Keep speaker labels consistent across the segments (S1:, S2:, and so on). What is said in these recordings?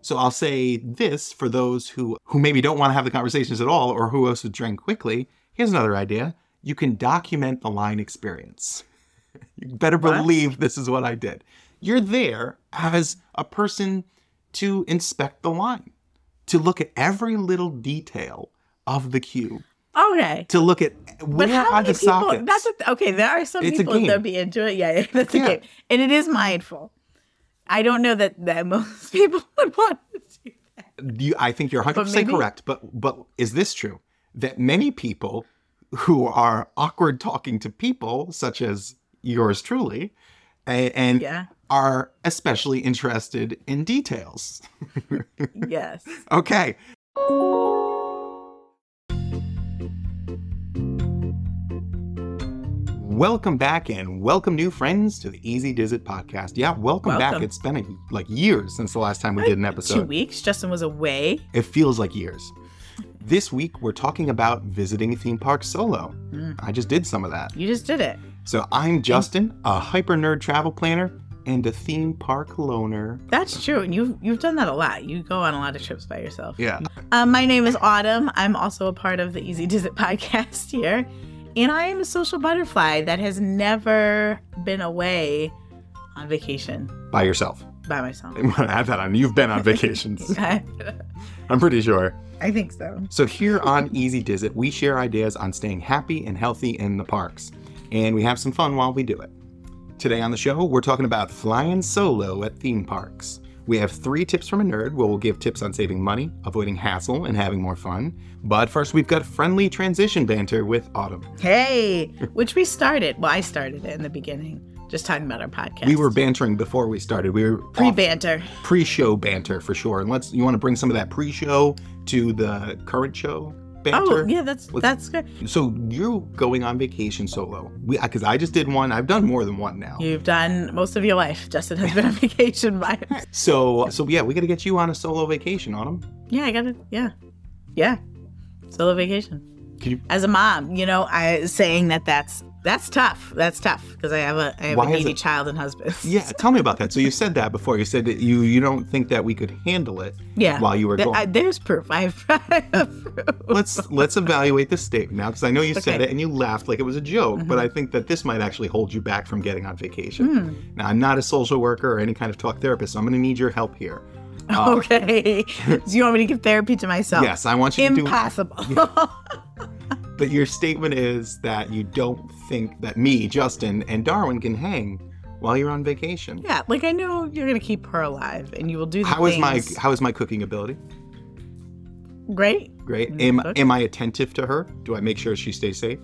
S1: So I'll say this for those who who maybe don't want to have the conversations at all or who also drink quickly. Here's another idea. You can document the line experience. you better
S2: What?
S1: believe this is what I did. You're there as a person to inspect the line, to look at every little detail of the queue,
S2: Okay.
S1: to look at
S2: But
S1: where
S2: how
S1: are
S2: many
S1: the
S2: people?
S1: sockets.
S2: That's a, okay. There are some
S1: It's a
S2: people that'll
S1: game.
S2: be into it. Yeah, yeah that's a
S1: Yeah.
S2: game, and it is mindful. I don't know that, that most people would want to do that.
S1: you, I think you're 100%
S2: maybe-
S1: correct, but but is this true that many people who are awkward talking to people such as yours truly and, and
S2: Yeah.
S1: are especially interested in details.
S2: Yes.
S1: Okay. Welcome back and welcome new friends to the Easy Dizit podcast. Yeah, welcome, back.
S2: Welcome.
S1: It's been a, like years since the last time we did an episode.
S2: Two weeks. Justin was away.
S1: It feels like years. This week, we're talking about visiting a theme park solo. I just did some of that.
S2: You just did it.
S1: So, I'm Justin, a hyper nerd travel planner and a theme park loner.
S2: That's true, and you've you've done that a lot. You go on a lot of trips by yourself.
S1: Yeah.
S2: Um, my name is Autumn. I'm also a part of the Easy Does It podcast here. And I am a social butterfly that has never been away on vacation
S1: By yourself.
S2: by myself.
S1: I want to add that on. You've been on vacations,
S2: I
S1: I'm pretty sure.
S2: I think so.
S1: So, here on Easy Dizit, we share ideas on staying happy and healthy in the parks, and we have some fun while we do it. Today on the show, we're talking about flying solo at theme parks. We have three tips from a nerd where we'll give tips on saving money, avoiding hassle, and having more fun. But first, we've got friendly transition banter with Autumn.
S2: Hey, which we started. Well, I started it in the beginning, just talking about our podcast.
S1: We were bantering before we started. We were
S2: pre banter.
S1: pre show banter for sure. And let's, you want to bring some of that pre show to the current show banter?
S2: Oh, yeah, that's
S1: Let's-
S2: that's good.
S1: So you're going on vacation solo. We because I just did one. I've done more than one now.
S2: You've done most of your life. Justin has been on vacation by himself.
S1: So so yeah, we got to get you on a solo vacation, Autumn.
S2: Yeah, I got it. Yeah. Yeah. Solo vacation.
S1: Can you-
S2: As a mom, you know, I saying that that's that's tough. That's tough because I have a I have
S1: Why
S2: a
S1: is
S2: needy
S1: it-
S2: child and husband.
S1: Yeah, tell me about that. So you said that before. You said that you you don't think that we could handle it.
S2: Yeah.
S1: While you were
S2: Th-
S1: gone.
S2: I, there's proof. I have, I have proof.
S1: Let's let's evaluate this statement now because I know you said
S2: Okay. Uh-huh.
S1: it and you laughed like it was a joke, but I think that this might actually hold you back from getting on vacation.
S2: Hmm.
S1: Now I'm not a social worker or any kind of talk therapist, so I'm going to need your help here.
S2: okay. Do you want me to give therapy to myself?
S1: Oh. Yes, I want you to do
S2: Impossible.
S1: But your statement is that you don't think that me, Justin, and Darwin can hang while you're on vacation.
S2: yeah. Like I know you're gonna keep her alive and you will do the
S1: How is my
S2: things-
S1: how is my cooking ability?
S2: great?
S1: Great.
S2: Mm,
S1: Am
S2: cook.
S1: am I attentive to her? Do I make sure she stays safe?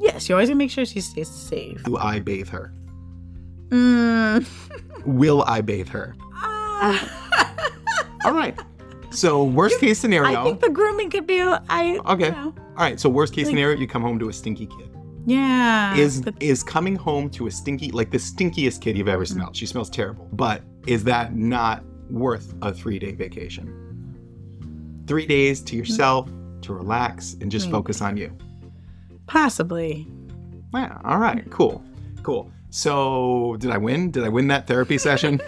S2: Yes, you always gonna make sure she stays safe.
S1: Do I bathe her?
S2: Mm.
S1: Will I bathe her?
S2: Ah.
S1: All right. So worst case
S2: I
S1: scenario.
S2: think the grooming could be a- I
S1: Okay.
S2: you know.
S1: All right. So worst case
S2: Like-
S1: scenario, you come home to a stinky kid.
S2: Yeah.
S1: Is
S2: but
S1: is coming home to a stinky like the stinkiest kid you've ever smelled. She smells terrible. But is that not worth a 3-day vacation? 3 days
S2: Hmm.
S1: to yourself to relax and just
S2: Mm.
S1: focus on you.
S2: possibly.
S1: Yeah, all
S2: Hmm.
S1: right. Cool. Cool. So, did I win? Did I win that therapy session?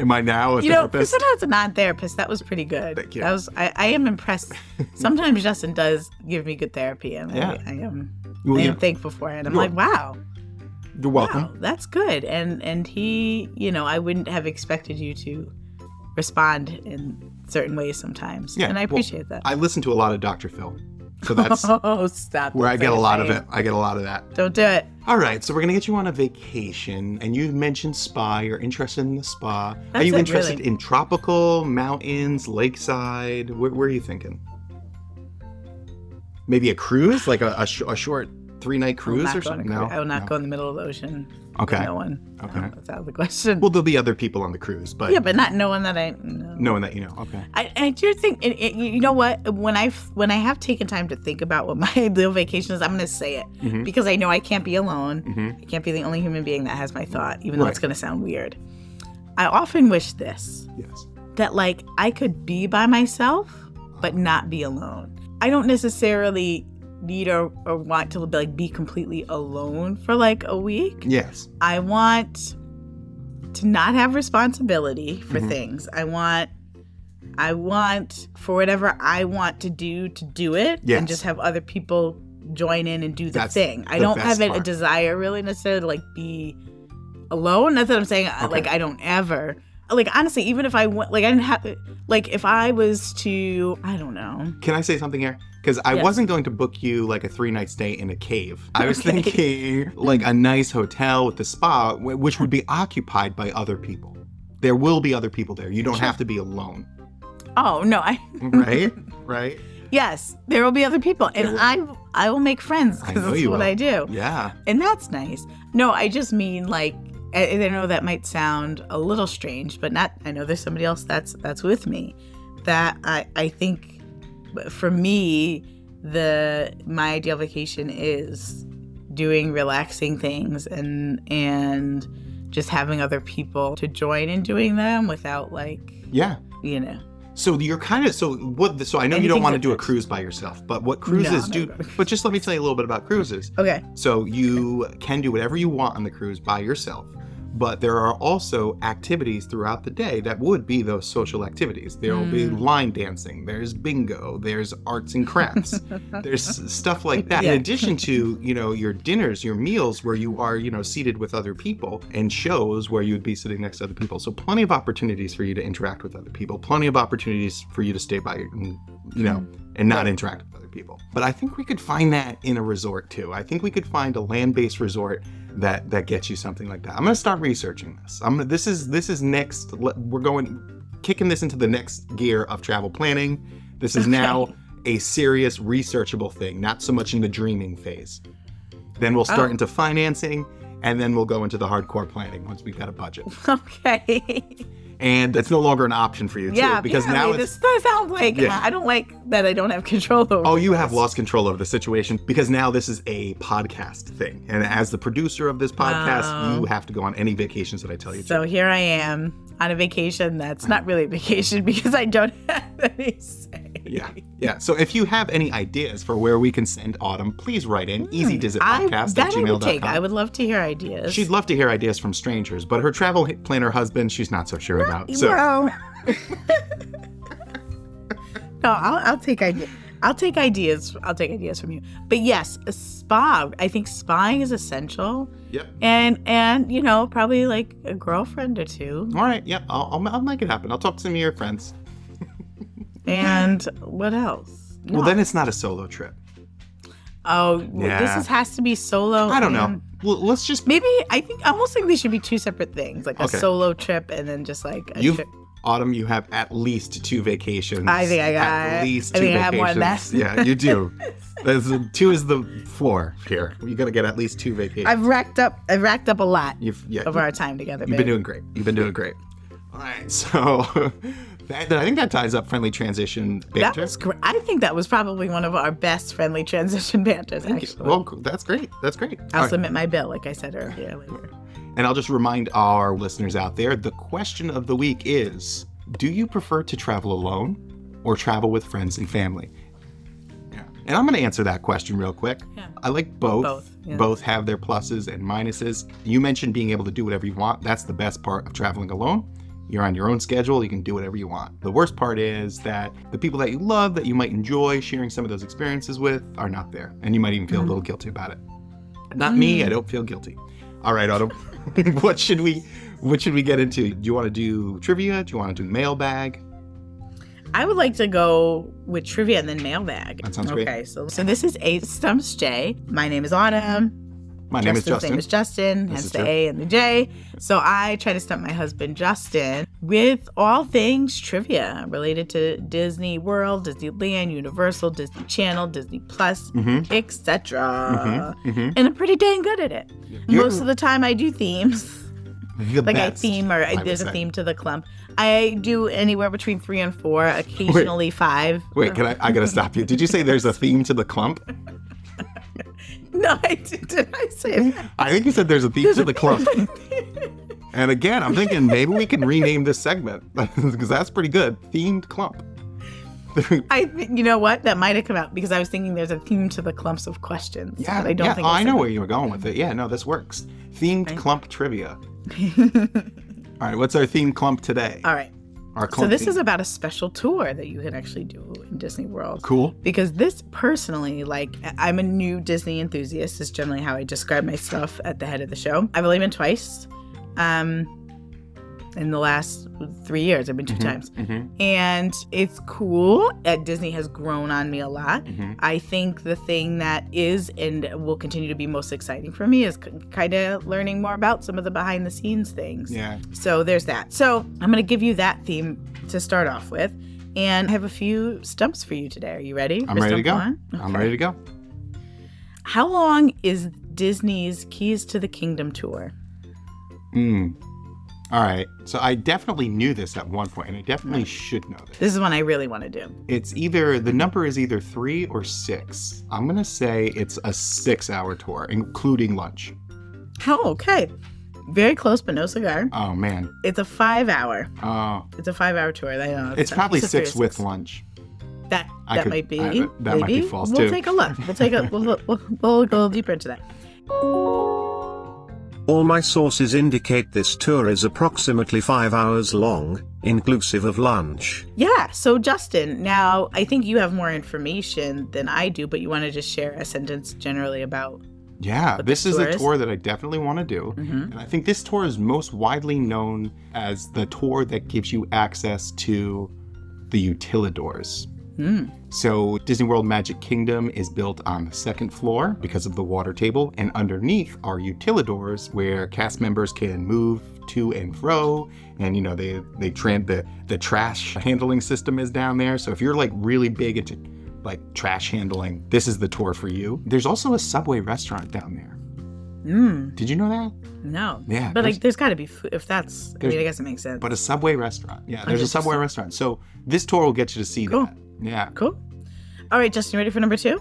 S1: Am I now a
S2: You know, for
S1: therapist?
S2: someone who's a non-therapist, that was pretty good.
S1: Thank you.
S2: That was. I, I am impressed. Sometimes Justin does give me good therapy, and
S1: Yeah.
S2: I, I am.
S1: Well,
S2: I
S1: you
S2: am thankful for it. I'm
S1: You're-
S2: like, wow,
S1: are welcome.
S2: wow, that's good. And and he, you know, I wouldn't have expected you to respond in certain ways sometimes.
S1: Yeah,
S2: And I
S1: well,
S2: appreciate that.
S1: I listen to a lot of Dr. Phil. So that's
S2: oh, stop.
S1: where I
S2: that's
S1: get a
S2: so
S1: lot of
S2: shame.
S1: it. I get a lot of that.
S2: Don't do it.
S1: All right, so we're gonna get you on a vacation, and you mentioned spa. You're interested in the spa. are
S2: That's
S1: you
S2: it,
S1: interested
S2: really.
S1: in tropical, mountains, lakeside? Where, where are you thinking? Maybe a cruise, like a, a, sh- a short three night
S2: I will
S1: cruise
S2: not
S1: or
S2: go on a
S1: something.
S2: cruise.
S1: No,
S2: I will not
S1: no.
S2: go in the middle of the ocean. with
S1: Okay.
S2: No one.
S1: Okay.
S2: No, that's out of the question.
S1: Well, there'll be other people on the cruise, but
S2: yeah, but not no one that I know.
S1: knowing that you know, okay.
S2: I, I do think and it, you know what when I when I have taken time to think about what my ideal vacation is, I'm going to say it
S1: Mhm.
S2: because I know I can't be alone.
S1: Mhm.
S2: I can't be the only human being that has my thought, even though
S1: Right.
S2: it's going to sound weird. I often wish this
S1: Yes.
S2: that like I could be by myself but not be alone. I don't necessarily need or, or want to be like be completely alone for like a week.
S1: Yes.
S2: I
S1: Mm-hmm.
S2: want to not have responsibility for things. I want I want for whatever I want to do to do it
S1: Yes.
S2: and just have other people join in and do the
S1: That's
S2: thing. I
S1: the
S2: don't
S1: best
S2: have it, a
S1: part.
S2: desire really necessarily to like be alone. That's what I'm saying. I-
S1: Okay.
S2: Like I don't ever like honestly, even if I went like I didn't have like if I was to I don't know.
S1: Can I say something here? Because I
S2: Yes.
S1: wasn't going to book you like a three night stay in a cave. I was
S2: Okay.
S1: thinking like a nice hotel with a spa, wh- which would be occupied by other people. There will be other people there. You don't
S2: Sure.
S1: have to be alone.
S2: Oh no, I
S1: Right? right?
S2: yes, there will be other people, and
S1: There will.
S2: I I will make friends
S1: I
S2: because
S1: know
S2: that's
S1: you
S2: what
S1: will.
S2: I do.
S1: Yeah.
S2: and that's nice. No, I just mean like I, I know that might sound a little strange, but not. I know there's somebody else that's that's with me. That I I think for me the my ideal vacation is doing relaxing things and and just having other people to join in doing them without like
S1: Yeah.
S2: you know
S1: So you're kind of so what the, so I know you don't
S2: Anything
S1: want to
S2: that-
S1: do a cruise by yourself, but what cruises
S2: no,
S1: do
S2: no.
S1: but just let me tell you a little bit about cruises.
S2: okay
S1: So you can do whatever you want on the cruise by yourself, but there are also activities throughout the day that would be those social activities. There will be
S2: Mm.
S1: line dancing, there's bingo, there's arts and crafts, there's stuff like that.
S2: Yeah.
S1: In addition to, you know, your dinners, your meals where you are, you know, seated with other people and shows where you would be sitting next to other people. So plenty of opportunities for you to interact with other people, plenty of opportunities for you to stay by your, you know, and not interact with other people. But I think we could find that in a resort too. I think we could find a land-based resort that that gets you something like that. I'm gonna start researching this. I'm gonna, this is this is next. le- We're going kicking this into the next gear of travel planning. This is now a serious researchable thing, not so much in the dreaming phase. Then we'll start
S2: Oh.
S1: into financing, and then we'll go into the hardcore planning once we've got a budget.
S2: okay
S1: And that's no longer an option for you, too,
S2: yeah
S1: because now
S2: apparently
S1: it's
S2: this does sound like
S1: Yeah.
S2: I don't like that I don't have control over
S1: Oh, you have lost control over the situation because now this is a podcast thing. And as the producer of this podcast,
S2: Wow.
S1: you have to go on any vacations that I tell you
S2: So here I am on a vacation that's not really a vacation because I don't have any say.
S1: to. Yeah. Yeah. So if you have any ideas for where we can send Autumn, please write in
S2: Hmm, I,
S1: easydizitpodcast at
S2: that I would take. I
S1: gmail.com.
S2: would love to hear ideas.
S1: She'd love to hear ideas from strangers, but her travel h- planner husband, she's not so sure about. So
S2: Well, no, I'll, I'll take ideas. I'll take ideas. I'll take ideas from you. But yes, a spa. I think spying is essential,
S1: yep.
S2: and and you know probably like a girlfriend or two.
S1: All right. Yep. I'll, I'll, I'll make it happen. I'll talk to some of your friends.
S2: And what else?
S1: Well,
S2: No.
S1: then it's not a solo trip.
S2: oh,
S1: Yeah.
S2: this is, has to be solo.
S1: I don't
S2: and-
S1: know. Well, let's just.
S2: Maybe I think I almost think they should be two separate things, like
S1: Okay.
S2: a solo trip and then just like a
S1: You've
S2: trip.
S1: Autumn, you have at least two vacations.
S2: I think I got-
S1: at least two
S2: I think I have
S1: vacations.
S2: more than that.
S1: yeah, you do. There's two is the floor here. You gotta get at least two vacations.
S2: I've racked up I've racked up a lot
S1: You've yeah,
S2: of our time together.
S1: you've
S2: babe.
S1: been doing great. You've been doing great. All right, so that, I think that ties up friendly transition
S2: that
S1: banter.
S2: was great. I think that was probably one of our best friendly transition banters. actually,
S1: well, cool. that's great. That's great. All
S2: I'll
S1: right.
S2: submit my bill, like I said earlier. Later.
S1: And I'll just remind our listeners out there the question of the week is Do you prefer to travel alone or travel with friends and family? Yeah. And I'm going to answer that question real quick.
S2: Yeah.
S1: I like both.
S2: Both, yeah.
S1: Both have their pluses and minuses. You mentioned being able to do whatever you want. That's the best part of traveling alone. You're on your own schedule. You can do whatever you want. The worst part is that the people that you love, that you might enjoy sharing some of those experiences with, are not there. And you might even
S2: Mm-hmm.
S1: feel a little guilty about it. Not
S2: Mm.
S1: me. I don't feel guilty. All right, Autumn. what should we what should we get into? Do you want to do trivia? Do you want to do mailbag?
S2: I would like to go with trivia and then mailbag.
S1: That sounds
S2: okay,
S1: great.
S2: so so this is A Stumps J. My name is Autumn.
S1: My name is
S2: Justin's
S1: Justin.
S2: name is Justin,
S1: This
S2: hence
S1: is
S2: the
S1: true.
S2: A and the J. So I try to stump my husband Justin with all things trivia related to Disney World, Disneyland, Universal, Disney Channel, Disney Plus,
S1: Mhm.
S2: etc.
S1: Mhm.
S2: And I'm pretty dang good at it.
S1: You're
S2: Most of the time, I do themes.
S1: the
S2: Like I
S1: best,
S2: theme, or
S1: I would
S2: there's a
S1: say.
S2: theme to the clump. I do anywhere between three and four, occasionally five.
S1: Wait, can I? I gotta stop you. Did you say there's a theme to the clump?
S2: No, I did, did I say that?
S1: I think you said there's a theme to the clump. And again, I'm thinking maybe we can rename this segment because that's pretty good. Themed clump.
S2: I, th- you know what? That might have come out because I was thinking there's a theme to the clumps of questions.
S1: Yeah,
S2: but I don't
S1: yeah.
S2: think.
S1: oh,
S2: it's
S1: I
S2: in
S1: know
S2: there.
S1: where you were going with it. Yeah, no, this works. Themed clump trivia. All right, what's our theme clump today?
S2: All right.
S1: All Our
S2: Uh, So
S1: clump
S2: this
S1: theme.
S2: is about a special tour that you can actually do in Disney World.
S1: cool.
S2: Because this personally, like, I- I'm a new Disney enthusiast, is generally how I describe myself at the head of the show. I've only been twice um, in the last three years. I've been 2
S1: Mhm.
S2: times.
S1: Mm-hmm,
S2: And it's cool. Uh, Disney has grown on me a lot.
S1: mm-hmm.
S2: I think the thing that is and will continue to be most exciting for me is kind of learning more about some of the behind the scenes things.
S1: Yeah.
S2: So there's that. So I'm going to give you that theme to start off with. And I have a few stumps for you today. Are you ready?
S1: I'm
S2: for
S1: ready to
S2: stump
S1: go.
S2: one?
S1: I'm
S2: Okay.
S1: ready to go.
S2: How long is Disney's Keys to the Kingdom tour?
S1: Mm. All right. So I definitely knew this at one point, and I definitely should know this.
S2: This is one I really want to do.
S1: It's either the number is either three or six. I'm gonna say it's a six-hour tour, including lunch.
S2: Oh, okay. Very close, but no cigar.
S1: Oh man.
S2: It's a five hour.
S1: Oh,
S2: It's a five hour tour. I know.
S1: it's
S2: not-
S1: probably
S2: a three
S1: six
S2: or
S1: with lunch.
S2: That
S1: I
S2: that
S1: could-
S2: might be.
S1: I- that might be
S2: maybe.
S1: false,
S2: we'll
S1: too.
S2: take a look. We'll take a we'll, we'll, we'll go deeper into that.
S3: All my sources indicate this tour is approximately 5 hours long, inclusive of lunch.
S2: Yeah. So Justin, now I think you have more information than I do, but you want to just share a sentence generally about.
S1: Yeah,
S2: But
S1: this
S2: the
S1: is
S2: tour
S1: a
S2: is- Mm-hmm.
S1: tour that I definitely want to do. And I think this tour is most widely known as the tour that gives you access to the utilidors. So, Disney World Magic Kingdom is built on the second floor because of the water table, and underneath are utilidors where cast members can move to and fro. And you know, they they tran the the trash handling system is down there. So if you're like really big into like trash handling, this is the tour for you. There's also a Subway restaurant down there.
S2: Mm,
S1: Did you know that?
S2: no.
S1: Yeah,
S2: But
S1: there's-
S2: like, there's got to be food if that's. I mean,
S1: There's-
S2: I guess it makes sense.
S1: But a Subway restaurant. Yeah, there's a
S2: 100%.
S1: Subway restaurant. So this tour will get you to see
S2: Cool.
S1: that. Yeah.
S2: cool. All right, Justin, you ready for number two?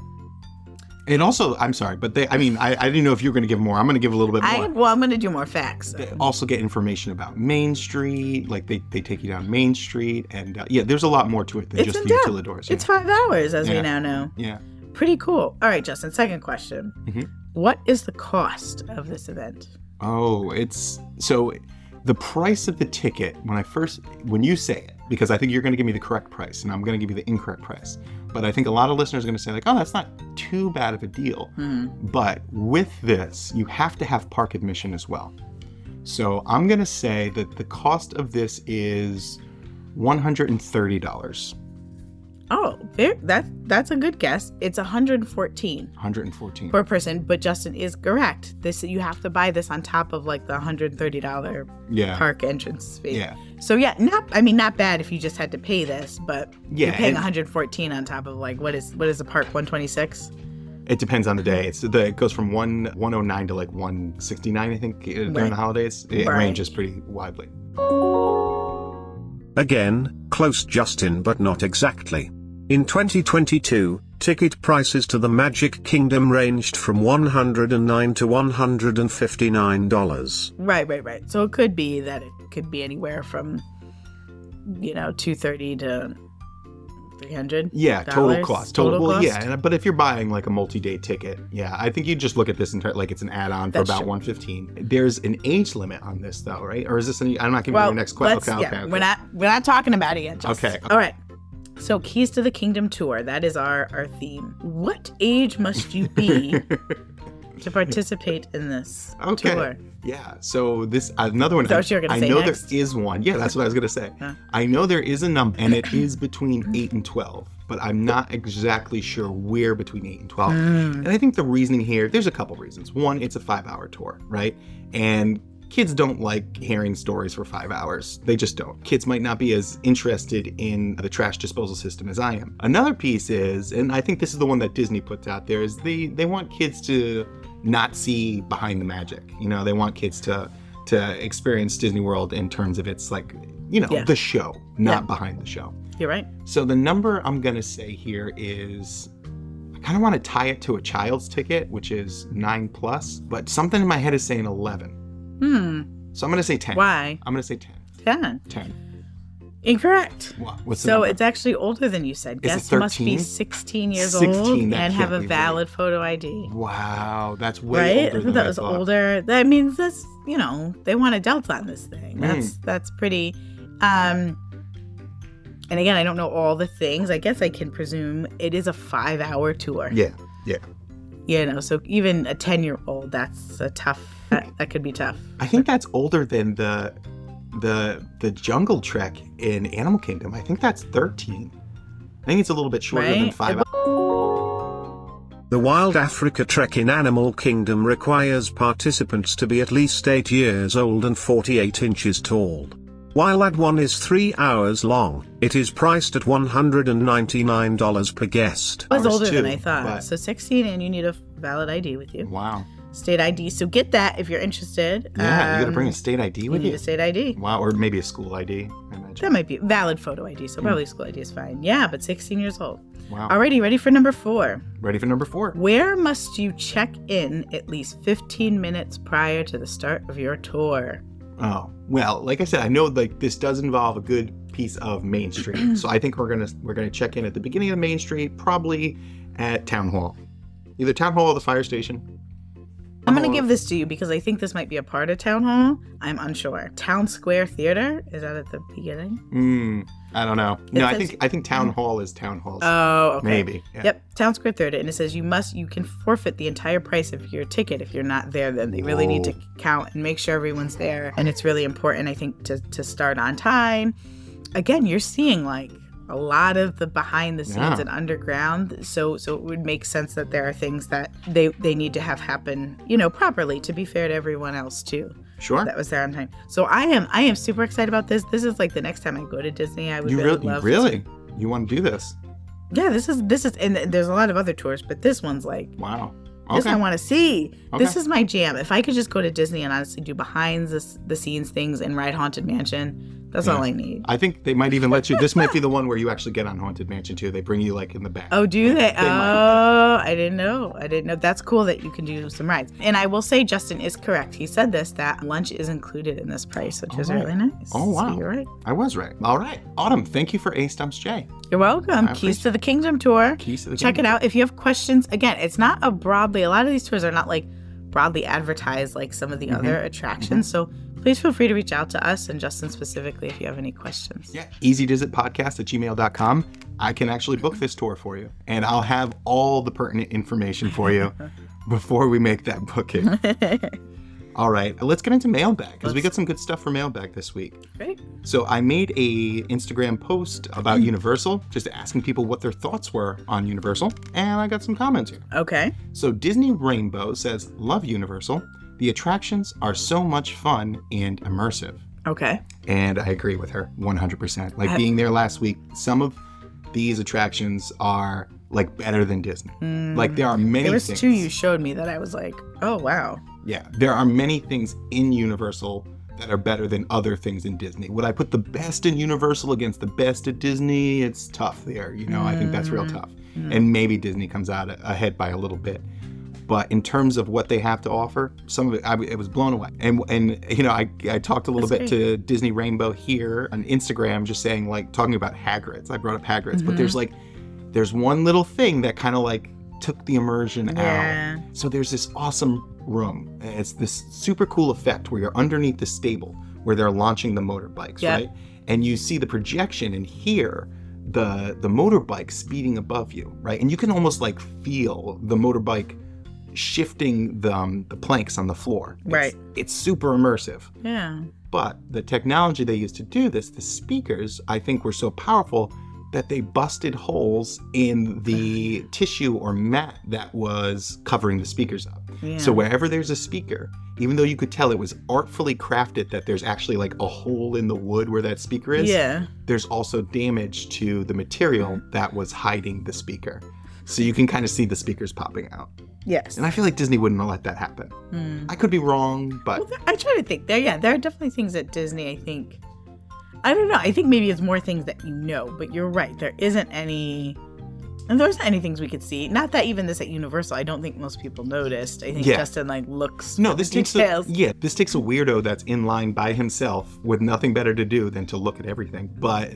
S1: And also, I'm sorry, but they, I mean, I, I didn't know if you were going to give more. I'm going to give a little bit more.
S2: I well, I'm going to do more facts.
S1: They also get information about Main Street. Like they, they take you down Main Street, and uh, yeah, there's a lot more to it than
S2: It's
S1: just
S2: in
S1: the
S2: depth.
S1: utilidors.
S2: It's five hours, as we
S1: Yeah.
S2: now know.
S1: yeah. yeah.
S2: Pretty cool. All right, Justin. Second question.
S1: Mhm.
S2: What is the cost of this event?
S1: Oh, it's so the price of the ticket when I first when you say it because I think you're going to give me the correct price and I'm going to give you the incorrect price. But I think a lot of listeners are going to say like, "Oh, that's not too bad of a deal."
S2: Hmm.
S1: But with this, you have to have park admission as well. So I'm going to say that the cost of this is $130.
S2: Oh, there, that that's a good guess. It's 114
S1: 114.
S2: per person, but Justin is correct. This you have to buy this on top of like the 130 dollar
S1: yeah.
S2: park entrance fee.
S1: Yeah.
S2: So yeah, not I mean not bad if you just had to pay this, but
S1: Yeah,
S2: you're paying
S1: and-
S2: 114 on top of like what is what is the park 126?
S1: It depends on the day. It's the it goes from one 109 to like 169, I think, uh, during
S2: Right.
S1: the holidays. It
S2: Right.
S1: ranges pretty widely.
S3: Again, close Justin but not exactly. In 2022, ticket prices to the Magic Kingdom ranged from 109 to 159 dollars.
S2: Right, right, right. So it could be that it could be anywhere from you know 230 to 300.
S1: Yeah, total
S2: Dollars?
S1: cost. Total,
S2: Total
S1: well,
S2: cost?
S1: yeah. and- But if you're buying like a multi-day ticket, yeah, I think you just look at this and like it's an add-on for
S2: That's
S1: about
S2: true.
S1: 115. There's an age limit on this though, right? Or is this any? I'm not giving
S2: Well,
S1: you your next
S2: let's,
S1: question. Okay,
S2: yeah,
S1: okay, okay.
S2: we're not we're not talking about it yet. Just.
S1: Okay.
S2: All right. So, Keys to the Kingdom tour. That is our our theme. What age must you be to participate in this
S1: Okay.
S2: tour?
S1: Yeah. So this another one.
S2: Is that
S1: I-
S2: what you were gonna
S1: I
S2: say
S1: know
S2: next?
S1: there is one. Yeah, that's what I was gonna say.
S2: Huh.
S1: I know there is a number, and it is between eight and twelve, but I'm not exactly sure where between eight and twelve.
S2: Mm.
S1: And I think the reasoning here, there's a couple reasons. One, it's a five-hour tour, right? And kids don't like hearing stories for five hours. They just don't. Kids might not be as interested in the trash disposal system as I am. Another piece is, and I think this is the one that Disney puts out there, is they they want kids to not see behind the magic. You know, they want kids to to experience Disney World in terms of its like, you know,
S2: Yeah.
S1: the show, not
S2: Yeah.
S1: behind the show.
S2: You're right.
S1: So the number I'm gonna say here is I kind of want to tie it to a child's ticket, which is nine plus, but something in my head is saying eleven.
S2: Hmm.
S1: So I'm gonna say ten.
S2: Why?
S1: I'm gonna say ten.
S2: Ten.
S1: Ten.
S2: Incorrect.
S1: What? What's the
S2: So
S1: number?
S2: it's actually older than you said.
S1: Is it
S2: Guests must be
S1: 13?
S2: 16 years
S1: 16,
S2: old
S1: that
S2: and
S1: can't
S2: have
S1: be
S2: a
S1: right.
S2: valid photo ID.
S1: wow, that's way
S2: Right?
S1: older than
S2: that
S1: I
S2: was
S1: thought.
S2: older. That means
S1: Hmm.
S2: that's you know they want adults on this thing. That's that's pretty. Um, And again, I don't know all the things. I guess I can presume it is a five hour tour.
S1: Yeah, yeah.
S2: You know, so even a 10 year old, that's a tough, that, that could be tough.
S1: I think that's older than the the the jungle trek in Animal Kingdom. I think that's 13. I think it's a little bit shorter than
S2: Right?
S1: five.
S3: The Wild Africa Trek in Animal Kingdom requires participants to be at least 8 years old and 48 inches tall. While that one is 3 hours long, it is priced at $199 per guest.
S2: I was
S1: Ours
S2: older than
S1: too,
S2: I thought.
S1: but-
S2: So 16, and you need a valid ID with you.
S1: Wow.
S2: State ID. So get that if you're interested.
S1: Yeah, you got to bring a
S2: Um,
S1: state ID
S2: you
S1: with
S2: need
S1: you.
S2: a state ID.
S1: Wow, or maybe a school ID. I imagine.
S2: That might be valid photo ID. So probably school ID is fine. Yeah, but 16 years old.
S1: Hmm. Wow.
S2: Alrighty, ready for number four.
S1: Ready for number four?
S2: Where must you check in at least 15 minutes prior to the start of your tour?
S1: Oh well, like I said, I know like this does involve a good piece of Main Street, so I think we're gonna we're gonna check in at the beginning of Main Street, probably at Town Hall, either Town Hall or the fire station.
S2: I'm going
S1: Hall.
S2: to give this to you because I think this might be a part of Town Hall. I'm unsure. Town Square Theater? Is that at the beginning?
S1: Mm, I don't know. No, I
S2: says- mm.
S1: think I think Town Hall is Town Hall.
S2: Oh, okay.
S1: Maybe. yeah.
S2: Yep, Town Square Theater. And it says you must, you can forfeit the entire price of your ticket if you're not there. Then they really need to
S1: Whoa.
S2: count and make sure everyone's there. And it's really important, I think, to, to start on time. Again, you're seeing like a lot of the behind the scenes
S1: Yeah.
S2: and underground. So so it would make sense that there are things that they, they need to have happen, you know, properly to be fair to everyone else too.
S1: Sure.
S2: That was there on time. So I am I am super excited about this. This is like the next time I go to Disney, I would
S1: You
S2: really
S1: really,
S2: love
S1: really, you want to do this?
S2: yeah, this is this is and there's a lot of other tours, but this one's like
S1: Wow.
S2: this I
S1: Okay.
S2: want to see. This
S1: Okay.
S2: is my jam. If I could just go to Disney and honestly do behind the, the scenes things and ride Haunted Mansion, that's all I need.
S1: I think they might even let you. This might be the one where you actually get on Haunted Mansion too. They bring you like in the back.
S2: Oh, do they?
S1: They
S2: oh, I didn't know. I didn't know. That's cool that you can do some rides. And I will say Justin is correct. He said this that lunch is included in this price, which is
S1: All right.
S2: really nice.
S1: Oh,
S2: So
S1: wow.
S2: you're right.
S1: I was right. All right, Autumn. Thank you for A Stumps J.
S2: You're welcome.
S1: I
S2: Keys to the Kingdom tour.
S1: Keys to the
S2: Check
S1: kingdom.
S2: it out. If you have questions, again, it's not a broadly, a lot of these tours are not like broadly advertised like some
S1: Mm-hmm.
S2: of the other attractions. So please feel free to reach out to us and Justin specifically if you have any questions.
S1: Yeah, easydizitpodcast at gmail.com. I can actually book this tour for you, and I'll have all the pertinent information for you before we make that booking. all right, let's get into mailbag because we got some good stuff for mailbag this week.
S2: Great.
S1: So I made a Instagram post about Universal, just asking people what their thoughts were on Universal, and I got some comments here.
S2: Okay.
S1: So Disney Rainbow says, "Love Universal. The attractions are so much fun and immersive."
S2: Okay.
S1: and I agree with her 100%. Like being there last week, some of these attractions are like better than Disney. Like there are many
S2: Mm. There was
S1: things.
S2: two you showed me that I was like, oh wow.
S1: Yeah, there are many things in Universal that are better than other things in Disney. Would I put the best in Universal against the best at Disney? It's tough there. You know, I think that's
S2: Mm,
S1: real tough. And maybe Disney comes out a- ahead by a little bit. But in terms of what they have to offer, some of it I, w- it was blown away. And and you know, I, I talked a little bit
S2: That's
S1: to Disney Rainbow here on Instagram, just saying like talking about Hagrid's. I brought up Hagrid's, but there's
S2: Mm-hmm.
S1: like there's one little thing that kind of like took the immersion
S2: Yeah.
S1: out. So there's this awesome room. and It's this super cool effect where you're underneath the stable where they're launching the motorbikes,
S2: Yep.
S1: right? And you see the projection and hear the the motorbike speeding above you, right? And you can almost like feel the motorbike shifting the, um, the planks on the floor. It's-
S2: Right.
S1: It's super immersive.
S2: Yeah.
S1: But the technology they used to do this, the speakers, I think were so powerful that they busted holes in the tissue or mat that was covering the speakers up.
S2: Yeah.
S1: So wherever there's a speaker, even though you could tell it was artfully crafted that there's actually like a hole in the wood where that speaker is,
S2: Yeah.
S1: there's also damage to the material that was hiding the speaker. So you can kind of see the speakers popping out.
S2: Yes.
S1: And I feel like Disney wouldn't let that happen.
S2: Hmm.
S1: I could be wrong, but
S2: Well, th- I try to think. There, yeah, there are definitely things at Disney. I think, I don't know. I think maybe it's more things that you know, but you're right. There isn't any, and there isn't any things we could see. Not that even this at Universal, I don't think most people noticed. I think
S1: Yeah.
S2: Justin like looks.
S1: No,
S2: for the
S1: this takes a,
S2: details.
S1: yeah, this takes a weirdo that's in line by himself with nothing better to do than to look at everything. But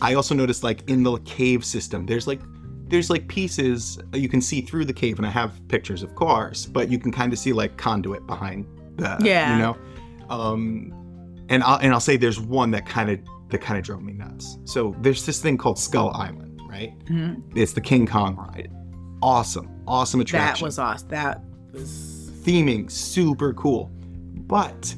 S1: I also noticed like in the cave system, there's like there's like pieces you can see through the cave, and I have pictures, of course, but you can kind of see like conduit behind the
S2: Yeah.
S1: you know, um, and I'll and I'll say there's one that kind of that kind of drove me nuts. So there's this thing called Skull Island, right? It's the King Kong ride. Awesome, awesome attraction.
S2: Mm-hmm. That was awesome. That was
S1: theming super cool. But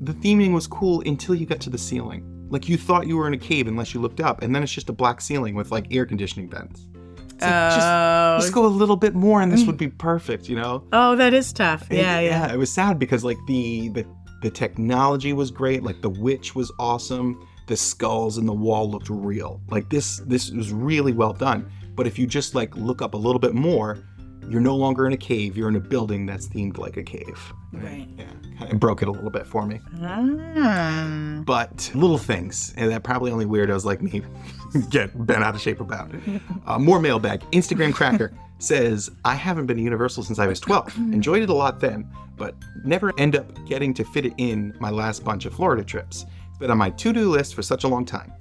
S1: the theming was cool until you got to the ceiling. Like you thought you were in a cave unless you looked up, and then it's just a black ceiling with like air conditioning vents. It's like,
S2: Oh.
S1: just, just go a little bit more, and this would be perfect, you know?
S2: oh, that is tough.
S1: It-
S2: Yeah, yeah.
S1: It was sad because like the the the technology was great. Like the witch was awesome. The skulls in the wall looked real. Like this this was really well done. But if you just like look up a little bit more, you're no longer in a cave. You're in a building that's themed like a cave.
S2: Right.
S1: Yeah, it broke it a little bit for me.
S2: Ah.
S1: But little things and that probably only weirdos like me get bent out of shape about. Uh, more mailbag. Instagram cracker says, I haven't been to Universal since I was 12. Enjoyed it a lot then, but never end up getting to fit it in my last bunch of Florida trips. It's been on my to do list for such a long time.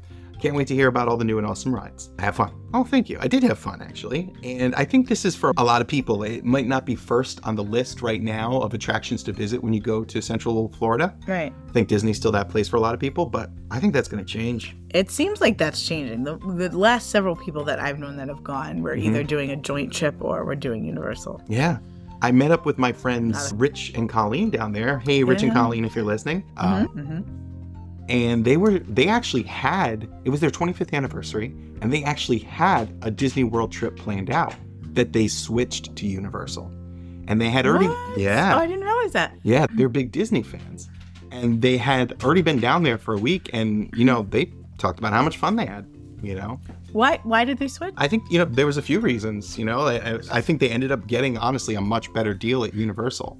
S1: Can't wait to hear about all the new and awesome rides. Have fun. Oh, thank you. I did have fun, actually. And I think this is for a lot of people. It might not be first on the list right now of attractions to visit when you go to Central Florida.
S2: Right.
S1: I think Disney's still that place for a lot of people, but I think that's going to change.
S2: It seems like that's changing. The, the last several people that I've known that have gone were either
S1: Mm-hmm.
S2: doing a joint trip or were doing Universal.
S1: Yeah. I met up with my friends Rich and Colleen down there. Hey, Rich and
S2: Yeah. Mm-hmm.
S1: Colleen, if you're listening. Uh, and they were, they actually had, it was their 25th anniversary, and they actually had a Disney World trip planned out that they switched to Universal. And they had already,
S2: What?
S1: yeah.
S2: Oh, I didn't realize that.
S1: Yeah, they're big Disney fans. And they had already been down there for a week and, you know, they talked about how much fun they had, you know?
S2: Why? Why did they switch?
S1: I think, you know, there was a few reasons, you know? I, I- I think they ended up getting, honestly, a much better deal at Universal.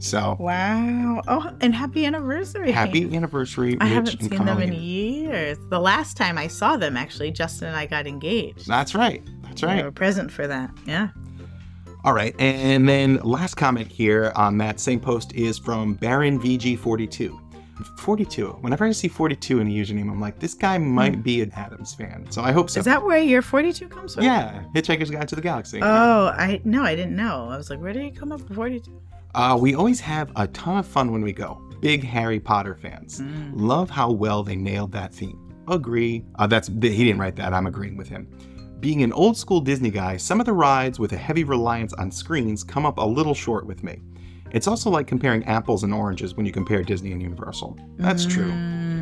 S1: So
S2: Wow. Oh, and happy anniversary.
S1: happy anniversary, Rich
S2: I haven't
S1: and
S2: seen them in
S1: Colleen.
S2: years. The last time I saw them, actually, Justin and I got engaged.
S1: That's right. That's
S2: They
S1: right.
S2: were present for that. Yeah.
S1: All right. And then last comment here on that same post is from Baron VG42. 42. Whenever I see 42 in a username, I'm like, this guy might be an Adams fan. So I hope so.
S2: Hmm. Is that where your 42 comes from?
S1: Yeah, Hitchhiker's Guide to the Galaxy.
S2: Oh, I no, I didn't know. I was like, where did he come up with 42?
S1: Uh, we always have a ton of fun when we go. Big Harry Potter fans. Love how well they nailed that theme. Agree. Uh, that's th- he didn't write that. I'm agreeing with him. Being an old school Disney guy, some of the rides with a heavy reliance on screens come up a little short with me. It's also like comparing apples and oranges when you compare Disney and Universal. That's true.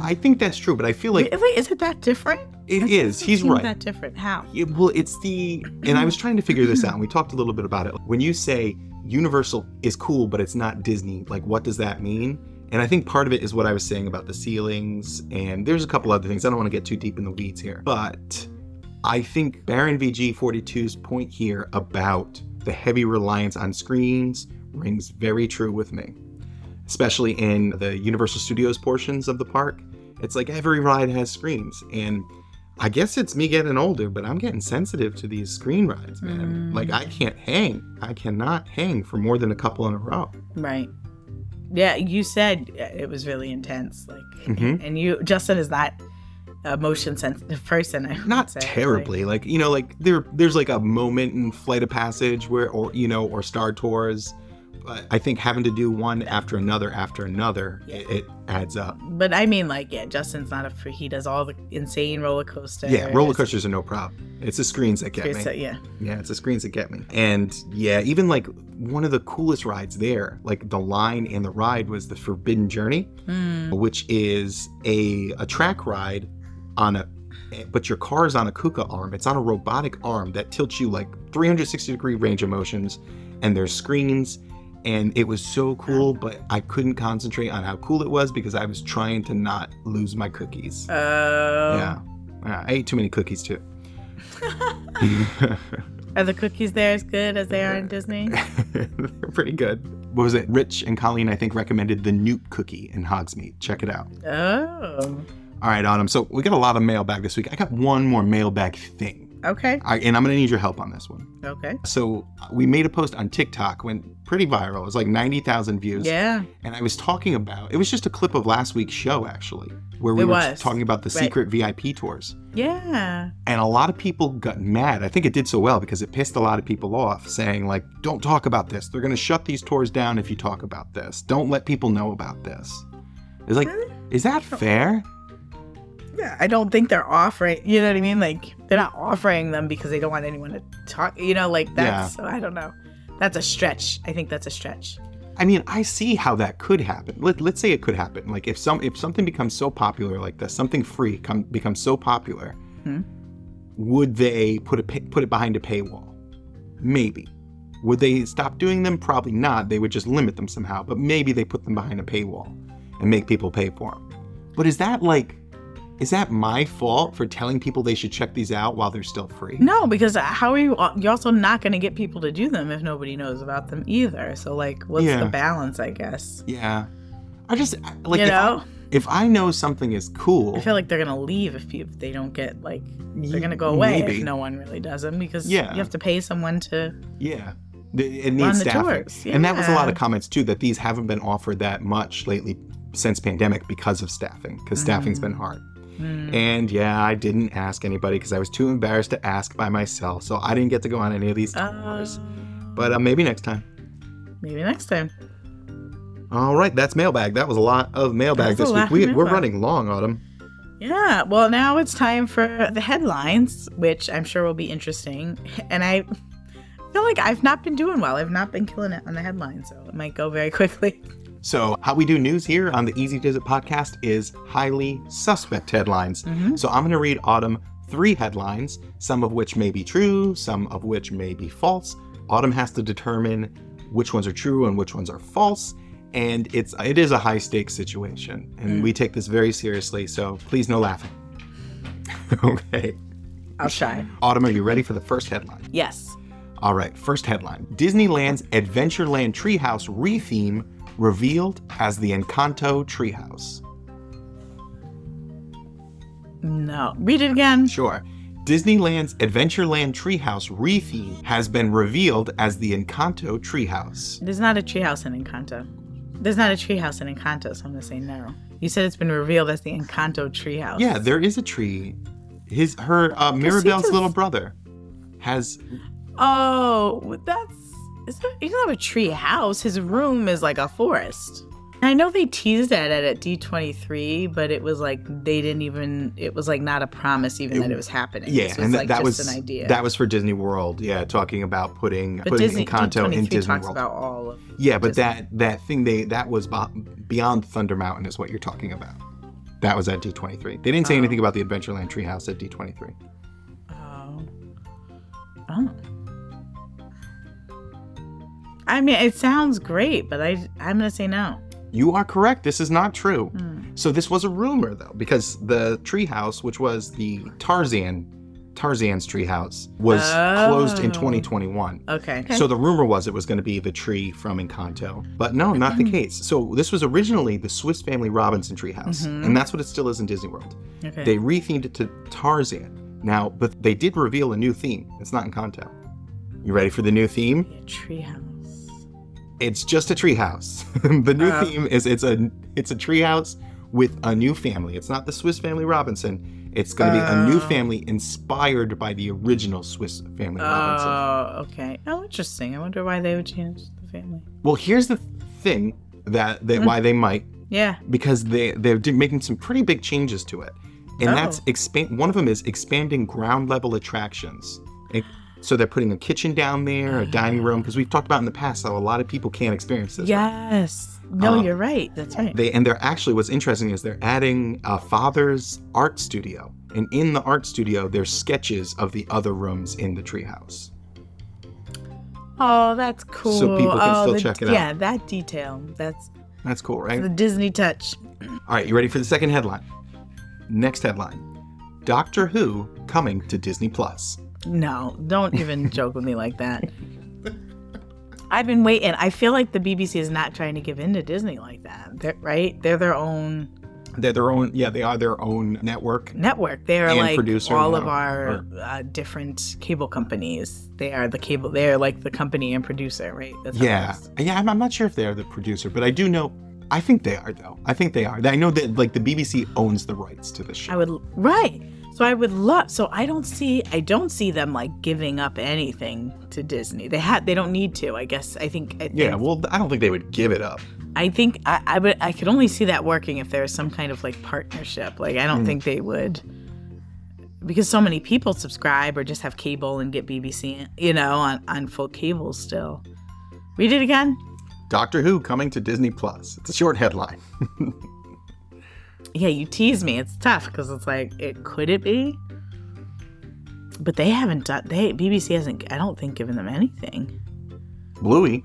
S1: I think that's true, Mm. but I feel like
S2: Wait, is Mm, it that different?
S1: it is.
S2: Doesn't
S1: He's
S2: seem
S1: right.
S2: That different? How?
S1: It, well, it's the, and I was trying to figure this out, and we talked a little bit about it. When you say Universal is cool, but it's not Disney, like, what does that mean? And I think part of it is what I was saying about the ceilings, and there's a couple other things. I don't want to get too deep in the weeds here, but I think Baron VG42's point here about the heavy reliance on screens rings very true with me especially in the Universal Studios portions of the park. It's like every ride has screens. And I guess it's me getting older, but I'm getting sensitive to these screen rides, man. Like, I can't hang. I cannot hang for more than a couple in a row.
S2: Right. Yeah, you said uh, it was really intense. Like,
S1: Mhm.
S2: and you, Justin, is not a motion sensitive person. I would
S1: Not
S2: say.
S1: terribly. Like, you know, like there there's like a moment in Flight of Passage where, or, you know, or Star Tours. But I think having to do one after another after another, it, it adds up.
S2: Like, but I mean, like, yeah, Justin's not a. fr- He does all the insane roller coasters.
S1: Yeah, roller coasters are no problem. It's the screens that get me.
S2: So, yeah.
S1: Yeah, it's the screens that get me. And yeah, even like one of the coolest rides there, like the line and the ride was the Forbidden Journey,
S2: Hmm.
S1: which is a a track ride on a but your car is on a KUKA arm. It's on a robotic arm that tilts you like 360 degree range of motions and there's screens and it was so cool, but I couldn't concentrate on how cool it was because I was trying to not lose my cookies.
S2: Oh.
S1: Yeah. Yeah, I ate too many cookies too.
S2: Are the cookies there as good as they are in Disney?
S1: They're pretty good. What was it? Rich and Colleen, I think, recommended the Newt cookie in Hogsmeade. Check it out.
S2: Oh.
S1: All right, Autumn. So we got a lot of mailbag this week. I got one more mailbag thing,
S2: Okay.
S1: I, and I'm going to need your help on this one.
S2: Okay.
S1: So uh, we made a post on TikTok, went pretty viral. It was like 90,000 views.
S2: Yeah.
S1: And I was talking about it was just a clip of last week's show, actually, where we
S2: It
S1: were
S2: was.
S1: talking about the
S2: Right.
S1: secret VIP tours.
S2: Yeah.
S1: And a lot of people got mad. I think it did so well because it pissed a lot of people off, saying, like, don't talk about this. They're going to shut these tours down if you talk about this. Don't let people know about this. It's like, is that fair?
S2: I don't think they're offering. You know what I mean? Like they're not offering them because they don't want anyone to talk. You know, like that's I don't know. That's a stretch. I think that's a stretch.
S1: I mean, I see how that could happen. Let, let's say it could happen. Like if some if something becomes so popular like this, something free come becomes so popular,
S2: Hmm?
S1: would they put a pa- put it behind a paywall? Maybe. Would they stop doing them? Probably not. They would just limit them somehow. But maybe they put them behind a paywall and make people pay for them. But is that like, is that my fault for telling people they should check these out while they're still free?
S2: No, because uh, how are you? You're also not going to get people to do them if nobody knows about them either. So like, what's
S1: Yeah.
S2: the balance? I guess.
S1: Yeah. I just I- like
S2: you
S1: if,
S2: know,
S1: I, if I know something is cool,
S2: I feel like they're going to leave if, you, if they don't get like they're going to go away
S1: maybe.
S2: if no one really does them because
S1: Yeah.
S2: you have to pay someone to.
S1: Yeah. Th- It
S2: Run
S1: needs
S2: the
S1: staffing.
S2: tours,
S1: And that was a lot
S2: yeah.
S1: of comments too that these haven't been offered that much lately since pandemic because of staffing because staffing's
S2: Mm.
S1: been hard. And yeah, I didn't ask anybody because I was too embarrassed to ask by myself. So I didn't get to go on any of these tours.
S2: Um.
S1: But uh, maybe next time.
S2: Maybe next time.
S1: All right, that's mailbag. That was a lot of mailbag
S2: That was
S1: this
S2: a
S1: week.
S2: lot
S1: We,
S2: of
S1: we're
S2: mailbag.
S1: running long, Autumn.
S2: Yeah, well, now it's time for the headlines, which I'm sure will be interesting. And I feel like I've not been doing well. I've not been killing it on the headlines, so it might go very quickly.
S1: So, how we do news here on the Easy Does It podcast is highly suspect headlines. So, I'm going to read Autumn three headlines, some of which may be true, some of which may be false. Autumn has to determine which ones are true and which ones are false. And it's it is a high stakes situation, and we take this very seriously. So please, no laughing. okay,
S2: I'll try.
S1: Autumn, are you ready for the first headline?
S2: Yes.
S1: All right, first headline Disneyland's Adventureland Treehouse retheme revealed as the Encanto Treehouse.
S2: No. Read it again.
S1: Sure. Disneyland's Adventureland Treehouse retheme has been revealed as the Encanto Treehouse.
S2: There's not a treehouse in Encanto. There's not a treehouse in Encanto, so I'm going to say no. You said it's been revealed as the Encanto treehouse.
S1: Yeah, there is a tree. His her uh, Mirabelle's little brother has
S2: Oh, that's. Is that, he doesn't have a tree house. His room is like a forest. And I know they teased that at, at D23, but it was like they didn't even. It was like not a promise, even that it was happening.
S1: yeah,
S2: This
S1: and that,
S2: like
S1: that
S2: just
S1: was
S2: an idea.
S1: that was for Disney World. Yeah, talking about putting
S2: but
S1: putting
S2: Disney
S1: Encanto
S2: D23
S1: in Disney
S2: talks
S1: World.
S2: about all of.
S1: Yeah, but that that thing they that was bo- beyond Thunder Mountain is what you're talking about. That was at D23. They didn't say anything about the Adventureland Treehouse at D23.
S2: Oh. Oh. I mean, it sounds great, but I I'm gonna say no.
S1: You are correct. This is not true.
S2: Hmm.
S1: So this was a rumor though, because the treehouse, which was the Tarzan, Tarzan's treehouse, was closed in
S2: Oh.
S1: 2021.
S2: Okay.
S1: So the rumor was it was going to be the tree from Encanto, but no, not the case. So this was originally the Swiss Family Robinson treehouse,
S2: Mm-hmm.
S1: and that's what it still is in Disney World.
S2: okay.
S1: They rethemed it to Tarzan. Now, but they did reveal a new theme. It's not in Encanto. You ready for the new theme?
S2: Yeah, treehouse.
S1: It's just a treehouse. the new
S2: Uh-huh.
S1: theme is it's a it's a treehouse with a new family. It's not the Swiss Family Robinson. It's going to be a new family inspired by the original Swiss Family Robinson.
S2: Oh, okay. Oh, interesting. I wonder why they would change the family.
S1: Well, here's the thing that, that why they might
S2: Yeah.
S1: because they they're do- making some pretty big changes to it, and
S2: Oh.
S1: that's expand. One of them is expanding ground level attractions. It- so they're putting a kitchen down there, a dining room, because we've talked about in the past how a lot of people can't experience this.
S2: Yes. No,
S1: Um,
S2: you're right. That's right.
S1: They and they're actually what's interesting is they're adding a father's art studio, and in the art studio there's sketches of the other rooms in the treehouse.
S2: oh, that's cool.
S1: people can
S2: oh,
S1: still
S2: the-
S1: check it out.
S2: Yeah, that detail. That's
S1: That's cool, right?
S2: the Disney touch.
S1: All right, you ready for the second headline? Next headline: Doctor Who coming to Disney Plus.
S2: No, don't even joke with me like that. I've been waiting. I feel like the BBC is not trying to give in to Disney like that, They're- right? They're their own
S1: They're their own. Yeah, they are their own network.
S2: network. They are
S1: And
S2: like
S1: producer,
S2: all of
S1: no,
S2: our
S1: or-
S2: uh, different cable companies. They are the cable. They are like the company and producer, right? That's how it
S1: Yeah,
S2: is.
S1: yeah. I'm, I'm not sure if they're the producer, but I do know. I think they are, though. I think they are. I know that like the BBC owns the rights to this
S2: I
S1: show.
S2: would right. So I would love. So I don't see. I don't see them like giving up anything to Disney. They had. They don't need to. I guess. I think. I think
S1: Yeah. Well, I don't think they would give it up.
S2: I think I, I would I could only see that working if there was some kind of like partnership. Like I don't think they would because so many people subscribe or just have cable and get BBC, you know, on, on full cable still. Read it again.
S1: Doctor Who coming to Disney Plus. It's a short headline.
S2: Yeah, you tease me. It's tough because it's like it could it be? But they haven't done they BBC hasn't I don't think given them anything.
S1: Bluey.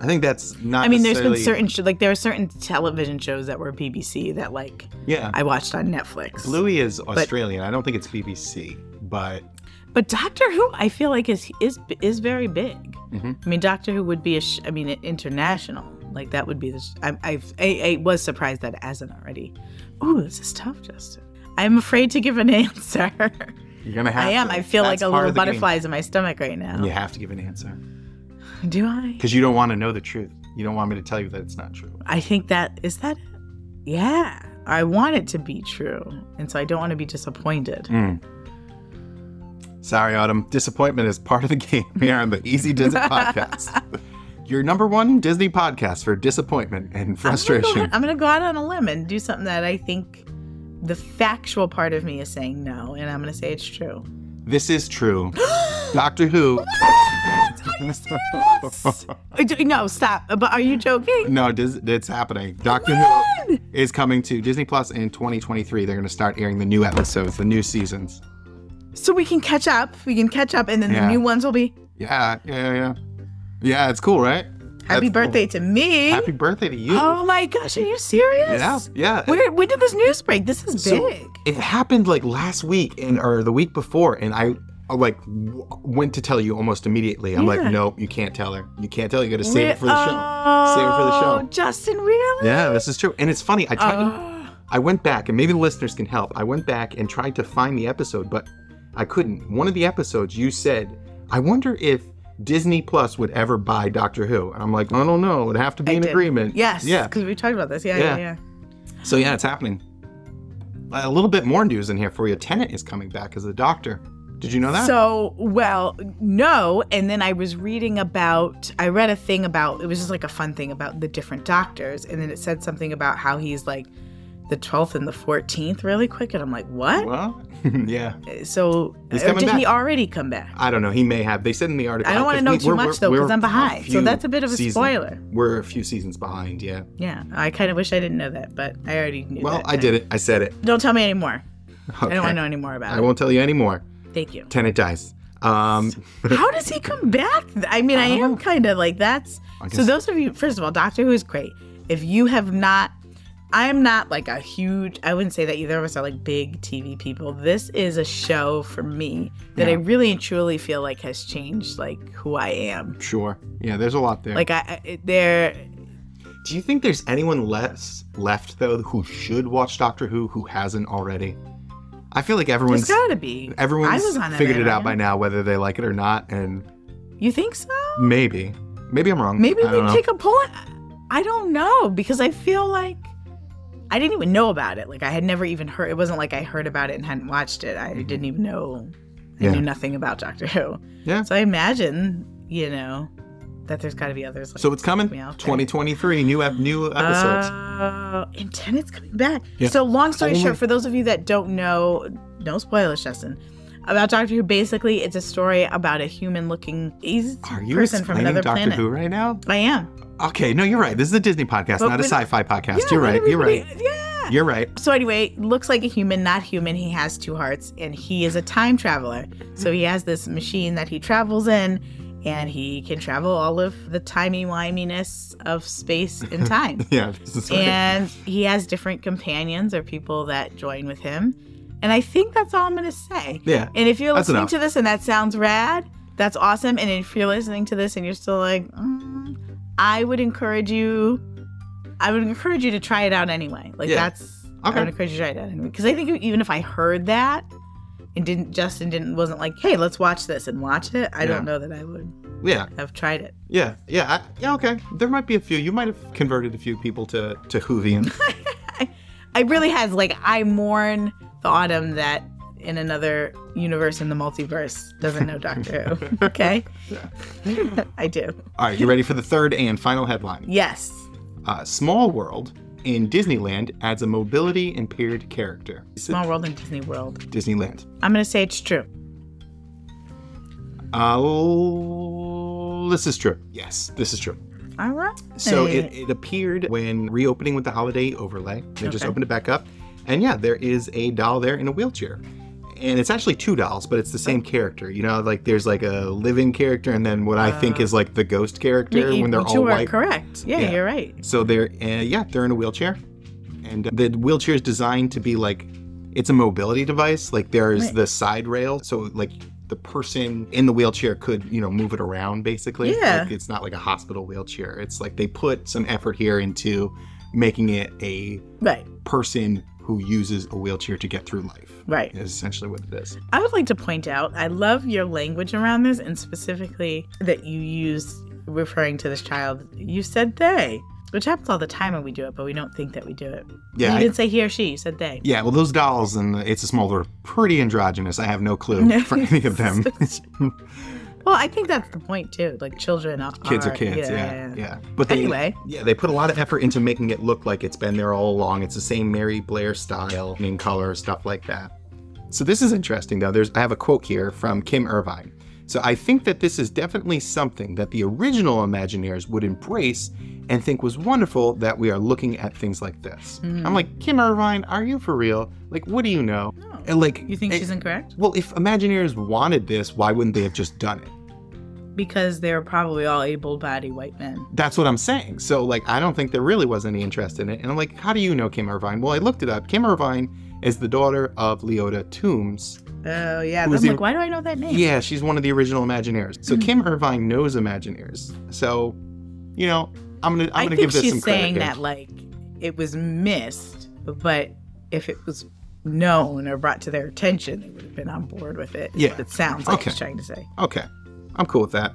S1: I think that's not.
S2: I mean, there's been
S1: necessarily-
S2: certain sh- like there are certain television shows that were BBC that like
S1: Yeah,
S2: I watched on Netflix.
S1: Bluey is Australian. I don't think it's BBC, but
S2: But Doctor Who, I feel like is is is very big.
S1: Mm-hmm.
S2: I mean, Doctor Who would be a sh- I mean, international. Like that would be the. Sh- I, I've I, I was surprised that it hasn't already. Ooh, this is tough, Justin. I'm afraid to give an answer.
S1: you're gonna have.
S2: I am.
S1: to.
S2: I feel
S1: That's
S2: like a
S1: part
S2: little
S1: of the game.
S2: butterflies in my stomach right now.
S1: You have to give an answer
S2: Do I?
S1: because you don't want to know the truth. You don't want me to tell you that it's not true.
S2: I think that is that. it? Yeah, I want it to be true, and so I don't want to be disappointed.
S1: Mm, Sorry, Autumn. Disappointment is part of the game here on the Easy Disney Podcast. Your number one Disney podcast for disappointment and
S2: I'm gonna,
S1: frustration.
S2: go, I'm gonna go out on a limb and do something that I think the factual part of me is saying no, and I'm gonna say it's true.
S1: This is true. Doctor Who.
S2: Uh, d- No, stop. Uh, But are you joking?
S1: No, dis- it's happening. Doctor Who is coming to Disney Plus in 2023. They're going to start airing the new episodes, the new seasons.
S2: So we can catch up. We can catch up, and then
S1: Yeah.
S2: the new ones will be
S1: Yeah, yeah, yeah. Yeah, it's cool, right?
S2: happy
S1: That's cool.
S2: birthday to me.
S1: Happy birthday to you.
S2: oh my gosh, are you serious?
S1: yeah, yeah.
S2: Where, when did this news break? This is
S1: So,
S2: big.
S1: it happened like last week and or the week before, and I uh, like w- went to tell you almost immediately. I'm
S2: Yeah.
S1: like, no, you can't tell her. You can't tell. her. You got to save it for the show.
S2: Oh,
S1: Save it for the show.
S2: Justin, really?
S1: Yeah, this is true. And it's funny. I tried. to-
S2: Oh.
S1: I went back, and maybe the listeners can help. I went back and tried to find the episode, but I couldn't. One of the episodes, you said, "I wonder if." Disney Plus would ever buy Doctor Who. And I'm like, I don't know. It would have to be
S2: I
S1: an
S2: did.
S1: agreement.
S2: Yes.
S1: Yeah.
S2: Because we talked about this. Yeah,
S1: Yeah.
S2: yeah, yeah.
S1: So yeah, it's happening. A little bit more news in here for you. Tennant is coming back as the Doctor. Did you know that?
S2: So, well, no. And then I was reading about, I read a thing about, it was just like a fun thing about the different doctors. And then it said something about how he's like the 12th and the 14th really quick. And I'm like, what?
S1: well, yeah.
S2: So,
S1: He's
S2: or
S1: coming
S2: did he
S1: back.
S2: already come back?
S1: I don't know. He may have. They said in the article.
S2: I don't wanna
S1: 'cause
S2: know
S1: we-
S2: too
S1: we're-
S2: much,
S1: we're-
S2: though, 'cause
S1: we're
S2: I'm behind. So
S1: few
S2: that's a bit of a
S1: season-
S2: spoiler.
S1: We're a few seasons behind. Yeah.
S2: Yeah. I kind of wish I didn't know that, but I already knew
S1: Well,
S2: that.
S1: I did it. I said it.
S2: Don't tell me anymore. I
S1: Okay.
S2: don't want to know any more about
S1: I
S2: it.
S1: won't tell you anymore.
S2: Thank you.
S1: Tennant dies. Um,
S2: How does he come back? I mean, I, am kind of like that's. So
S1: guess-
S2: those of you, first of all, Doctor Who is great. If you have not, I am not like a huge. I wouldn't say that either of us are like big TV people. This is a show for me that I really and truly feel like has changed like who I am.
S1: sure. Yeah. There's a lot there.
S2: Like I, I it- there.
S1: Do you think there's anyone less left though who should watch Doctor Who who hasn't already? I feel like
S2: There's
S1: everyone's
S2: gotta be.
S1: everyone's
S2: I was on that
S1: figured it out by
S2: bandwagon.
S1: now whether they like it or not, and
S2: You think so?
S1: Maybe. Maybe I'm wrong.
S2: Maybe
S1: I
S2: we
S1: don't know.
S2: take a poll. I don't know because I feel like I didn't even know about it. Like I had never even heard. It wasn't like I heard about it and hadn't watched it. I didn't even know. I
S1: Mm-hmm. Yeah.
S2: knew nothing about Doctor Who.
S1: Yeah.
S2: So I imagine you know that there's got to be others. Like,
S1: So it's coming.
S2: Yeah, okay.
S1: 2023 new ep- new episodes.
S2: uh, and Tenet's coming back.
S1: Yeah.
S2: So long story
S1: Only-
S2: short, for those of you that don't know, no spoilers, Justin. About Doctor Who, basically, it's a story about a human-looking he's a
S1: Are you
S2: person from
S1: explaining
S2: another
S1: Doctor
S2: planet.
S1: Who right now?
S2: I am.
S1: Okay, no, you're right. This is a Disney podcast,
S2: But
S1: not a
S2: we don't-
S1: sci-fi podcast. you're
S2: Yeah,
S1: right. You're right.
S2: everybody- Yeah.
S1: You're right.
S2: So anyway, looks like a human, not human. He has two hearts, and he is a time traveler. So he has this machine that he travels in, and he can travel all of the timey wiminess of space and time.
S1: Yeah, this is right.
S2: and he has different companions or people that join with him. And I think that's all I'm gonna say.
S1: Yeah,
S2: And if you're
S1: that's
S2: listening
S1: enough.
S2: to this and that sounds rad, that's awesome. And if you're listening to this and you're still like, mm, I would encourage you, I would encourage you to try it out anyway. Like
S1: Yeah.
S2: that's,
S1: Okay.
S2: I would encourage you to try it out anyway. Because I think even if I heard that and didn't, Justin didn't, wasn't like, hey, let's watch this and watch it. I don't
S1: Yeah.
S2: know that I would
S1: yeah,
S2: have tried it.
S1: yeah, yeah, I, yeah. Okay, there might be a few. You might have converted a few people to to Whovian.
S2: It really has. Like I mourn the autumn that in another universe in the multiverse doesn't know Doctor Who. Okay, I do.
S1: All right, you ready for the third and final headline?
S2: Yes.
S1: Uh, Small World in Disneyland adds a mobility impaired character.
S2: Small World and Disney World.
S1: Disneyland.
S2: I'm gonna say it's true.
S1: Oh, this is true. Yes, this is true.
S2: All right.
S1: So it, it appeared when reopening with the holiday overlay. They just
S2: Okay.
S1: opened it back up. And yeah, there is a doll there in a wheelchair. And it's actually two dolls, but it's the
S2: Oh.
S1: same character. You know, like there's like a living character and then what I think
S2: Uh.
S1: is like the ghost character
S2: You-
S1: when they're
S2: you
S1: all
S2: are
S1: white.
S2: correct. Yeah,
S1: Yeah.
S2: you're right.
S1: So they're uh, yeah, they're in a wheelchair, and uh, the wheelchair is designed to be like it's a mobility device. Like there is
S2: Right.
S1: the side rail, so like the person in the wheelchair could you know move it around basically.
S2: Yeah.
S1: Like, it's not like a hospital wheelchair. It's like they put some effort here into making it a
S2: Right.
S1: person who uses a wheelchair to get through life.
S2: Right.
S1: Is essentially what it is.
S2: I would like to point out, I love your language around this, and specifically that you used referring to this child. You said they, which happens all the time when we do it, but we don't think that we do it.
S1: Yeah.
S2: you
S1: I-
S2: didn't say he or she. You said they.
S1: yeah, well, those dolls and the It's a Small World are pretty androgynous. I have no clue for any of them.
S2: Well, I think that's the point too. Like children are
S1: kids are kids. Yeah, yeah. But they,
S2: Anyway.
S1: yeah, they put a lot of effort into making it look like it's been there all along. It's the same Mary Blair style in color, stuff like that. So this is interesting though. There's I have a quote here from Kim Irvine. So I think that this is definitely something that the original Imagineers would embrace and think was wonderful that we are looking at things like this.
S2: Hmm.
S1: I'm like, Kim Irvine, are you for real? Like, what do you know? And like,
S2: You think
S1: it-
S2: she's incorrect?
S1: well, if Imagineers wanted this, why wouldn't they have just done it?
S2: Because they were probably all able-bodied white men.
S1: That's what I'm saying. So like I don't think there really was any interest in it. And I'm like, how do you know Kim Irvine? Well, I looked it up. Kim Irvine is the daughter of Leota Toombs.
S2: Oh yeah.
S1: Who's
S2: I'm
S1: the-
S2: like, why do I know that name?
S1: Yeah, she's one of the original Imagineers. So
S2: Mm-hmm.
S1: Kim Irvine knows Imagineers. So, you know, I'm gonna I'm
S2: I
S1: gonna
S2: think
S1: give this
S2: she's
S1: some credit.
S2: saying
S1: here.
S2: that like it was missed, but if it was known or brought to their attention, they would have been on board with it.
S1: Yeah.
S2: It sounds like
S1: Okay.
S2: she's trying to say.
S1: Okay. I'm cool with that.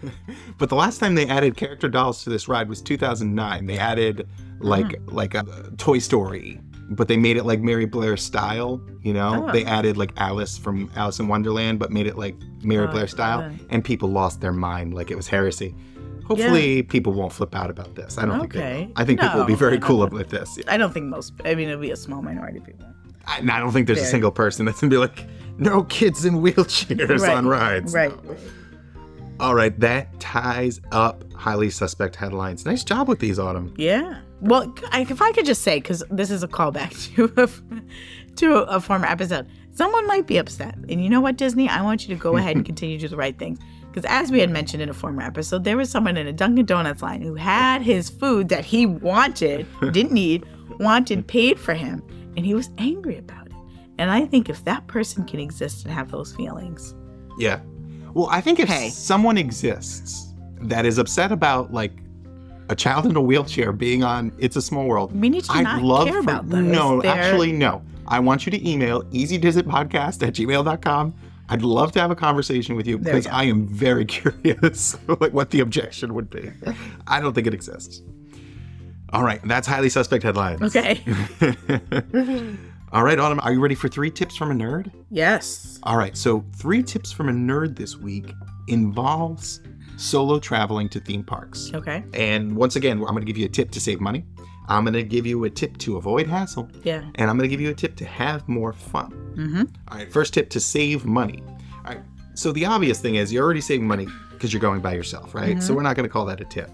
S1: but the last time they added character dolls to this ride was 2009. They added like
S2: Mm.
S1: like a Toy Story, but they made it like Mary Blair style, you know?
S2: Oh.
S1: They added like Alice from Alice in Wonderland but made it like Mary
S2: Oh,
S1: Blair style
S2: okay.
S1: and people lost their mind like it was heresy. Hopefully people won't flip out about this. I don't think they
S2: Okay.
S1: will. I think people will be
S2: No,
S1: very
S2: I
S1: cool
S2: don't-
S1: with this.
S2: I don't think most I mean it'll be a small minority of people.
S1: I, and I don't think there's a
S2: Very.
S1: single person that's going to be like no kids in wheelchairs
S2: Right,
S1: on rides.
S2: Right.
S1: All right, that ties up highly suspect headlines. Nice job with these, Autumn.
S2: Yeah. Well, c- I- if I could just say, because this is a callback to a, f- to a former episode, someone might be upset. And you know what, Disney? I want you to go ahead and continue to do the right things. Because as we had mentioned in a former episode, there was someone in a Dunkin' Donuts line who had his food that he wanted, didn't need, wanted, paid for him, and he was angry about it. And I think if that person can exist and have those feelings,
S1: Yeah. Well, I think if
S2: Hey.
S1: someone exists that is upset about like a child in a wheelchair being on It's a Small World,
S2: we need to
S1: I'd
S2: not
S1: love
S2: care
S1: for-
S2: about those.
S1: No,
S2: They're-
S1: actually, no. I want you to email easydizitpodcast at gmail.com. I'd love to have a conversation with you
S2: There we
S1: because
S2: go.
S1: I am very curious like what the objection would be. I don't think it exists. All right, that's highly suspect headlines.
S2: Okay.
S1: All right, Autumn, are you ready for three tips from a nerd?
S2: yes.
S1: All right, so three tips from a nerd this week involves solo traveling to theme parks.
S2: Okay.
S1: And once again, I'm going to give you a tip to save money. I'm going to give you a tip to avoid hassle.
S2: Yeah.
S1: And I'm going to give you a tip to have more fun.
S2: Mm hmm.
S1: All right, first tip to save money. All right, so the obvious thing is you're already saving money because you're going by yourself, right? So we're not going to call that a tip.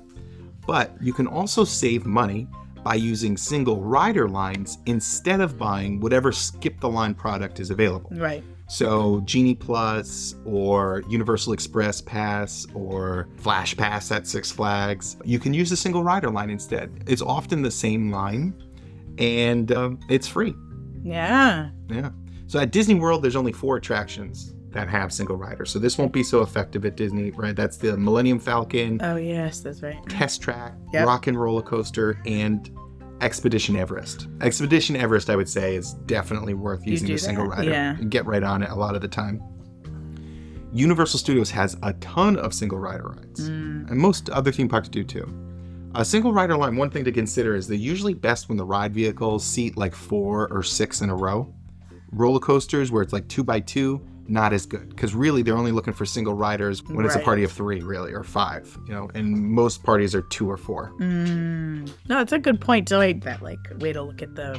S1: But you can also save money by using single rider lines instead of buying whatever skip the line product is available.
S2: Right.
S1: So Genie Plus or Universal Express Pass or Flash Pass at Six Flags, you can use the single rider line instead. It's often the same line, and um, it's free.
S2: Yeah.
S1: Yeah. So at Disney World, there's only four attractions that have single rider. So this won't be so effective at Disney, right? That's the Millennium Falcon,
S2: Oh yes, that's right.
S1: Test Track,
S2: Yep.
S1: Rock and Roller Coaster, and Expedition Everest. Expedition Everest, I would say, is definitely worth
S2: You
S1: using
S2: do
S1: the single
S2: that,
S1: rider.
S2: yeah.
S1: You Get right on it a lot of the time. Universal Studios has a ton of single rider rides,
S2: Mm.
S1: and most other theme parks do too. A single rider line, one thing to consider is they're usually best when the ride vehicles seat like four or six in a row. Roller coasters, where it's like two by two, not as good because really they're only looking for single riders when it's a
S2: Right.
S1: party of three, really, or five, you know, and most parties are two or four.
S2: Mm. No, it's a good point, Dwight. That like way to look at the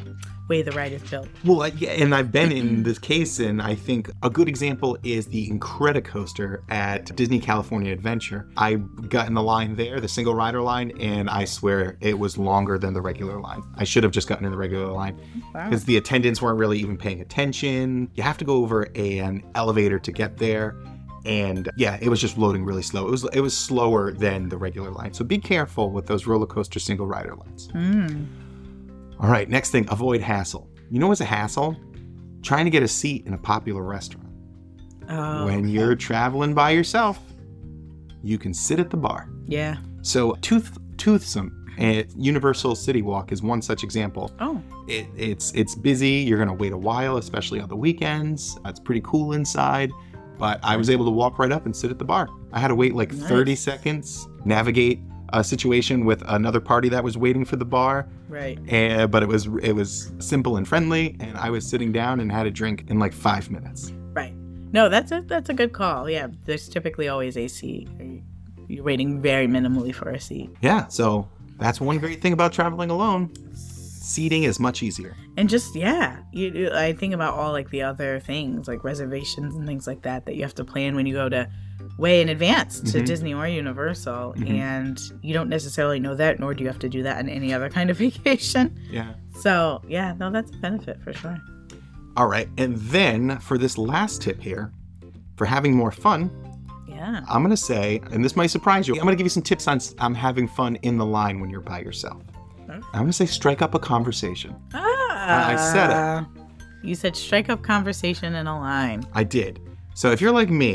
S2: way the ride is built.
S1: Well, I, yeah, and I've been in this case, and I think a good example is the Incredicoaster at Disney California Adventure. I got in the line there, the single rider line, and I swear it was longer than the regular line. I should have just gotten in the regular line
S2: Wow.
S1: because the attendants weren't really even paying attention. You have to go over an elevator to get there. And yeah, it was just loading really slow. It was it was slower than the regular line. So be careful with those roller coaster single rider lines.
S2: Mm.
S1: All right, next thing, avoid hassle. You know what's a hassle? Trying to get a seat in a popular restaurant.
S2: Oh,
S1: when you're traveling by yourself, you can sit at the bar.
S2: yeah.
S1: So, tooth, Toothsome at Universal City Walk is one such example.
S2: Oh,
S1: It, it's it's busy. You're gonna wait a while, especially on the weekends. It's pretty cool inside, but I was able to walk right up and sit at the bar. I had to wait like
S2: Nice.
S1: 30 seconds, navigate a situation with another party that was waiting for the bar,
S2: right.
S1: and, Eh, but it was it was simple and friendly and i was sitting down and had a drink in like five minutes
S2: Right. No, that's a that's a good call. Yeah, there's typically always a seat. You're waiting very minimally for a seat.
S1: yeah so that's one great thing about traveling alone seating is much easier
S2: And just yeah, you- you. I think about all like the other things, like reservations and things like that, that you have to plan when you go to way in advance to
S1: Mhm.
S2: Disney or Universal,
S1: Mhm.
S2: and you don't necessarily know that, nor do you have to do that on any other kind of vacation.
S1: yeah
S2: So yeah, no, that's a benefit for sure.
S1: all right and then for this last tip here for having more fun
S2: Yeah.
S1: i'm gonna say and this might surprise you i'm gonna give you some tips on s- on having fun in the line when you're by yourself i'm gonna say strike up a conversation
S2: Ah,
S1: I said it.
S2: You said strike up conversation and a line.
S1: I did. So if you're like me,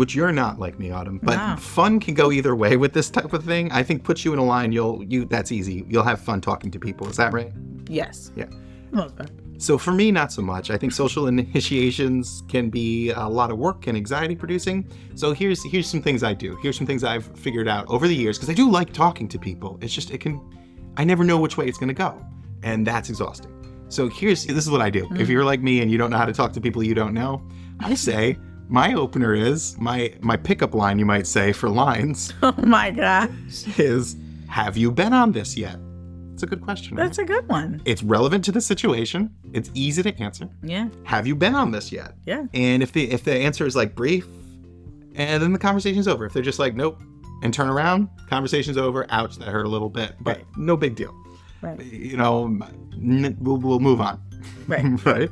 S1: which you're not like me, Autumn, but
S2: No.
S1: fun can go either way with this type of thing. I think puts you in a line. You'll you that's easy. You'll have fun talking to people. Is that right?
S2: Yes.
S1: Yeah.
S2: Most part.
S1: So for me, not so much. I think social initiations can be a lot of work and anxiety producing. So here's here's some things I do. Here's some things I've figured out over the years because I do like talking to people. It's just it can, I never know which way it's gonna go, and that's exhausting. So here's this is what I do. If you're like me and you don't know how to talk to people you don't know, I say my opener is my my pickup line. You might say for lines
S2: Oh my gosh.
S1: is Have you been on this yet? It's a good question. right?
S2: That's a good one.
S1: It's relevant to the situation. It's easy to answer
S2: Yeah.
S1: have you been on this yet?
S2: Yeah.
S1: And if the if the answer is like brief, and then the conversation's over. If they're just like nope, and turn around, conversation's over. Ouch, that hurt a little bit, but
S2: Right.
S1: no big deal.
S2: Right.
S1: You know, n- we'll, we'll move on,
S2: Right.
S1: right?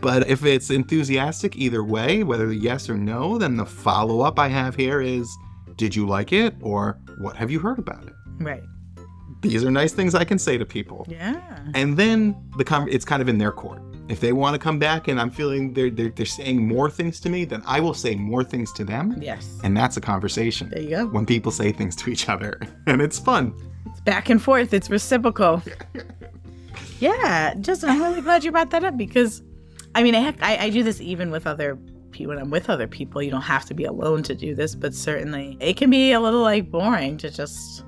S1: But if it's enthusiastic either way, whether yes or no, then the follow up I have here is, did you like it, or what have you heard about it?
S2: Right.
S1: These are nice things I can say to people
S2: Yeah.
S1: and then the con- it's kind of in their court. If they want to come back and I'm feeling they're, they're they're saying more things to me, then I will say more things to them,
S2: Yes.
S1: and that's a conversation.
S2: There you go.
S1: When people say things to each other, and it's fun.
S2: It's back and forth. It's reciprocal. yeah. Justin, I'm really glad you brought that up because, I mean, I, heck, I, I do this even with other people. When I'm with other people, you don't have to be alone to do this, but certainly it can be a little like boring to just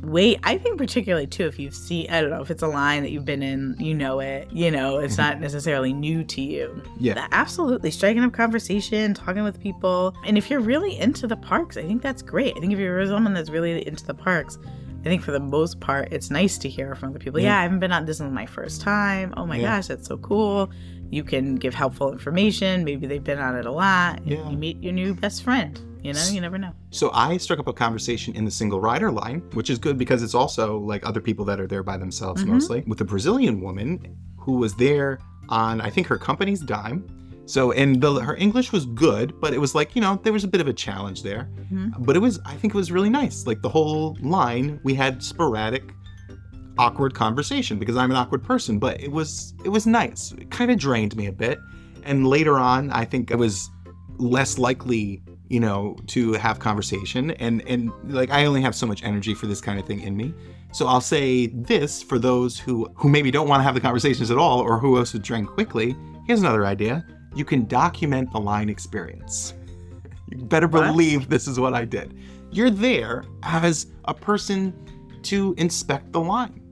S2: wait. I think particularly too, if you've seen, I don't know, if it's a line that you've been in, you know it. You know, it's not necessarily new to you.
S1: Mm-hmm. Yeah.
S2: Absolutely. Striking up conversation, talking with people. And if you're really into the parks, I think that's great. I think if you're someone that's really into the parks, I think for the most part, it's nice to hear from other people. Yeah, I haven't been on this is my first time. Oh my
S1: Yeah.
S2: gosh, that's so cool. You can give helpful information. Maybe they've been on it a lot. and
S1: Yeah.
S2: You meet your new best friend. You know, you never know.
S1: So I struck up a conversation in the single rider line, which is good because it's also like other people that are there by themselves mostly, with a Brazilian woman who was there on I think her company's dime. So and the, her English was good, but it was like you know there was a bit of a challenge there, but it was I think it was really nice. Like the whole line, we had sporadic awkward conversation because I'm an awkward person, but it was it was nice. It kind of drained me a bit. And later on, I think I was less likely, you know, to have conversation and and like I only have so much energy for this kind of thing in me. So I'll say this for those who who maybe don't want to have the conversations at all or who else would drain quickly. Here's another idea. You can document the line experience. You better
S2: What?
S1: believe this is what I did. You're there as a person to inspect the line,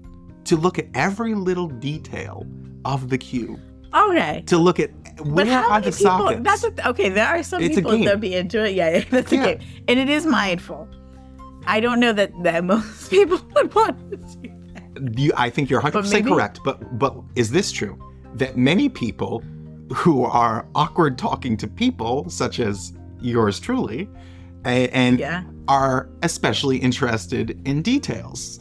S1: to look at every little detail of the queue,
S2: Okay.
S1: to look at where are the
S2: people?
S1: sockets?
S2: That's a, okay. There are some
S1: It's a
S2: people
S1: game.
S2: that be into it. Yeah, yeah that's
S1: Yeah.
S2: a game, and it is mindful. I don't know that, that most people would want to do that.
S1: you, I think you're 100%
S2: maybe-
S1: correct, but but is this true that many people who are awkward talking to people such as yours truly and, and
S2: Yeah.
S1: are especially interested in details.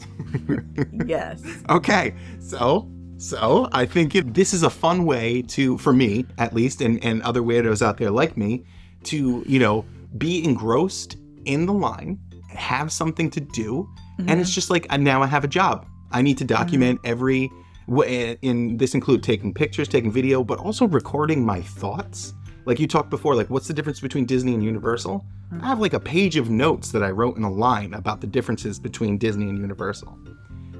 S2: Yes.
S1: Okay. So, so I think it, this is a fun way to for me at least and and other weirdos out there like me to, you know, be engrossed in the line, have something to do, and it's just like I now I have a job. I need to document every wh- and and this include taking pictures, taking video, but also recording my thoughts. Like you talked before, like what's the difference between Disney and Universal? I have like a page of notes that I wrote in a line about the differences between Disney and Universal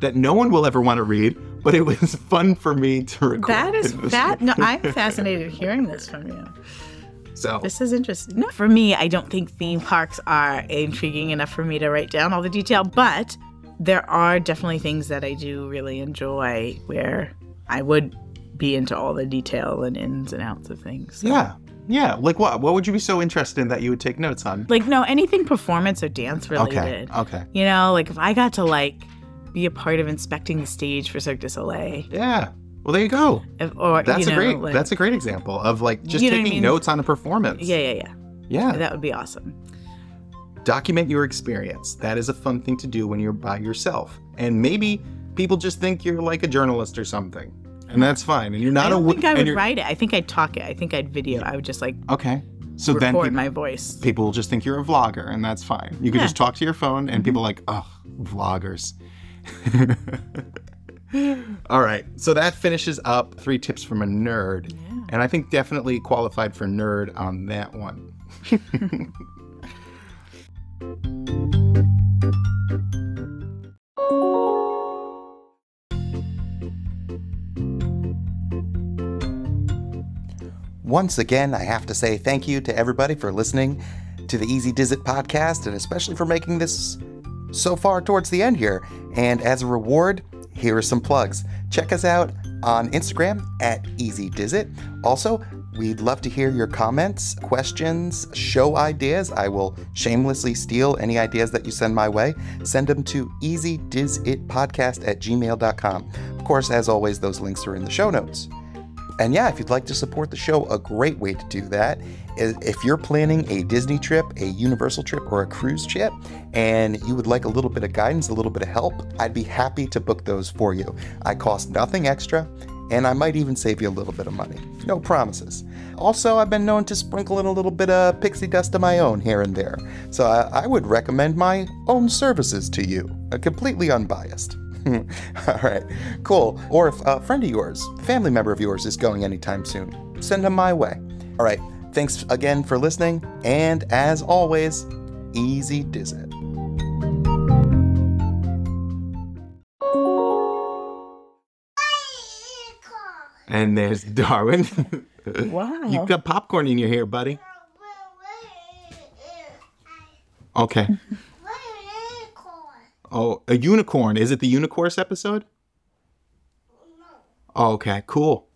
S1: that no one will ever want to read, but it was fun for me to record.
S2: That is
S1: It was-
S2: that. No, I'm fascinated hearing this from you.
S1: So
S2: This is interesting. No, for me, I don't think theme parks are intriguing enough for me to write down all the detail, but there are definitely things that I do really enjoy where I would be into all the detail and ins and outs of things. So-
S1: yeah, yeah. Like what? What would you be so interested in that you would take notes on?
S2: Like, no, anything performance or dance
S1: Okay,
S2: related.
S1: okay.
S2: You know, like if I got to like be a part of inspecting the stage for Cirque du Soleil,
S1: Yeah. Well, there you go.
S2: if, or
S1: That's
S2: you
S1: a
S2: know,
S1: great.
S2: like-
S1: that's a great example of like just
S2: You know what I
S1: taking
S2: mean?
S1: notes on a performance.
S2: yeah, yeah, yeah.
S1: Yeah.
S2: That would be awesome.
S1: Document your experience. That is a fun thing to do when you're by yourself. And maybe people just think you're like a journalist or something, and that's fine. And you're not
S2: I don't
S1: a.
S2: think I
S1: and
S2: would
S1: you're-
S2: write it. I think I'd talk it. I think I'd video. I would just like
S1: Okay. So then
S2: record
S1: peop-
S2: my voice.
S1: people will just think you're a vlogger, and that's fine. You can
S2: Yeah.
S1: just talk to your phone, and people are like, oh, vloggers. All right, so that finishes up three tips from a nerd, and I think definitely qualified for nerd on that one. Once again, I have to say thank you to everybody for listening to the Easy Dizit podcast and especially for making this so far towards the end here. And as a reward, here are some plugs. Check us out on Instagram at Easy Dizit. Also, we'd love to hear your comments, questions, show ideas. I will shamelessly steal any ideas that you send my way. Send them to easydizitpodcast at gmail.com. Of course, as always, those links are in the show notes. And yeah, if you'd like to support the show, a great way to do that is if you're planning a Disney trip, a Universal trip, or a cruise trip, and you would like a little bit of guidance, a little bit of help, I'd be happy to book those for you. I cost nothing extra, and I might even save you a little bit of money. No promises. Also, I've been known to sprinkle in a little bit of pixie dust of my own here and there. So I, I would recommend my own services to you, uh, completely unbiased. All right, cool. Or if a friend of yours, family member of yours is going anytime soon, send them my way. All right, thanks again for listening, and as always, easy diz it. And there's Darwin.
S2: Wow.
S1: got popcorn in your hair, buddy. Okay. Oh, a unicorn. Is it the Unicorse episode? Oh, okay, cool.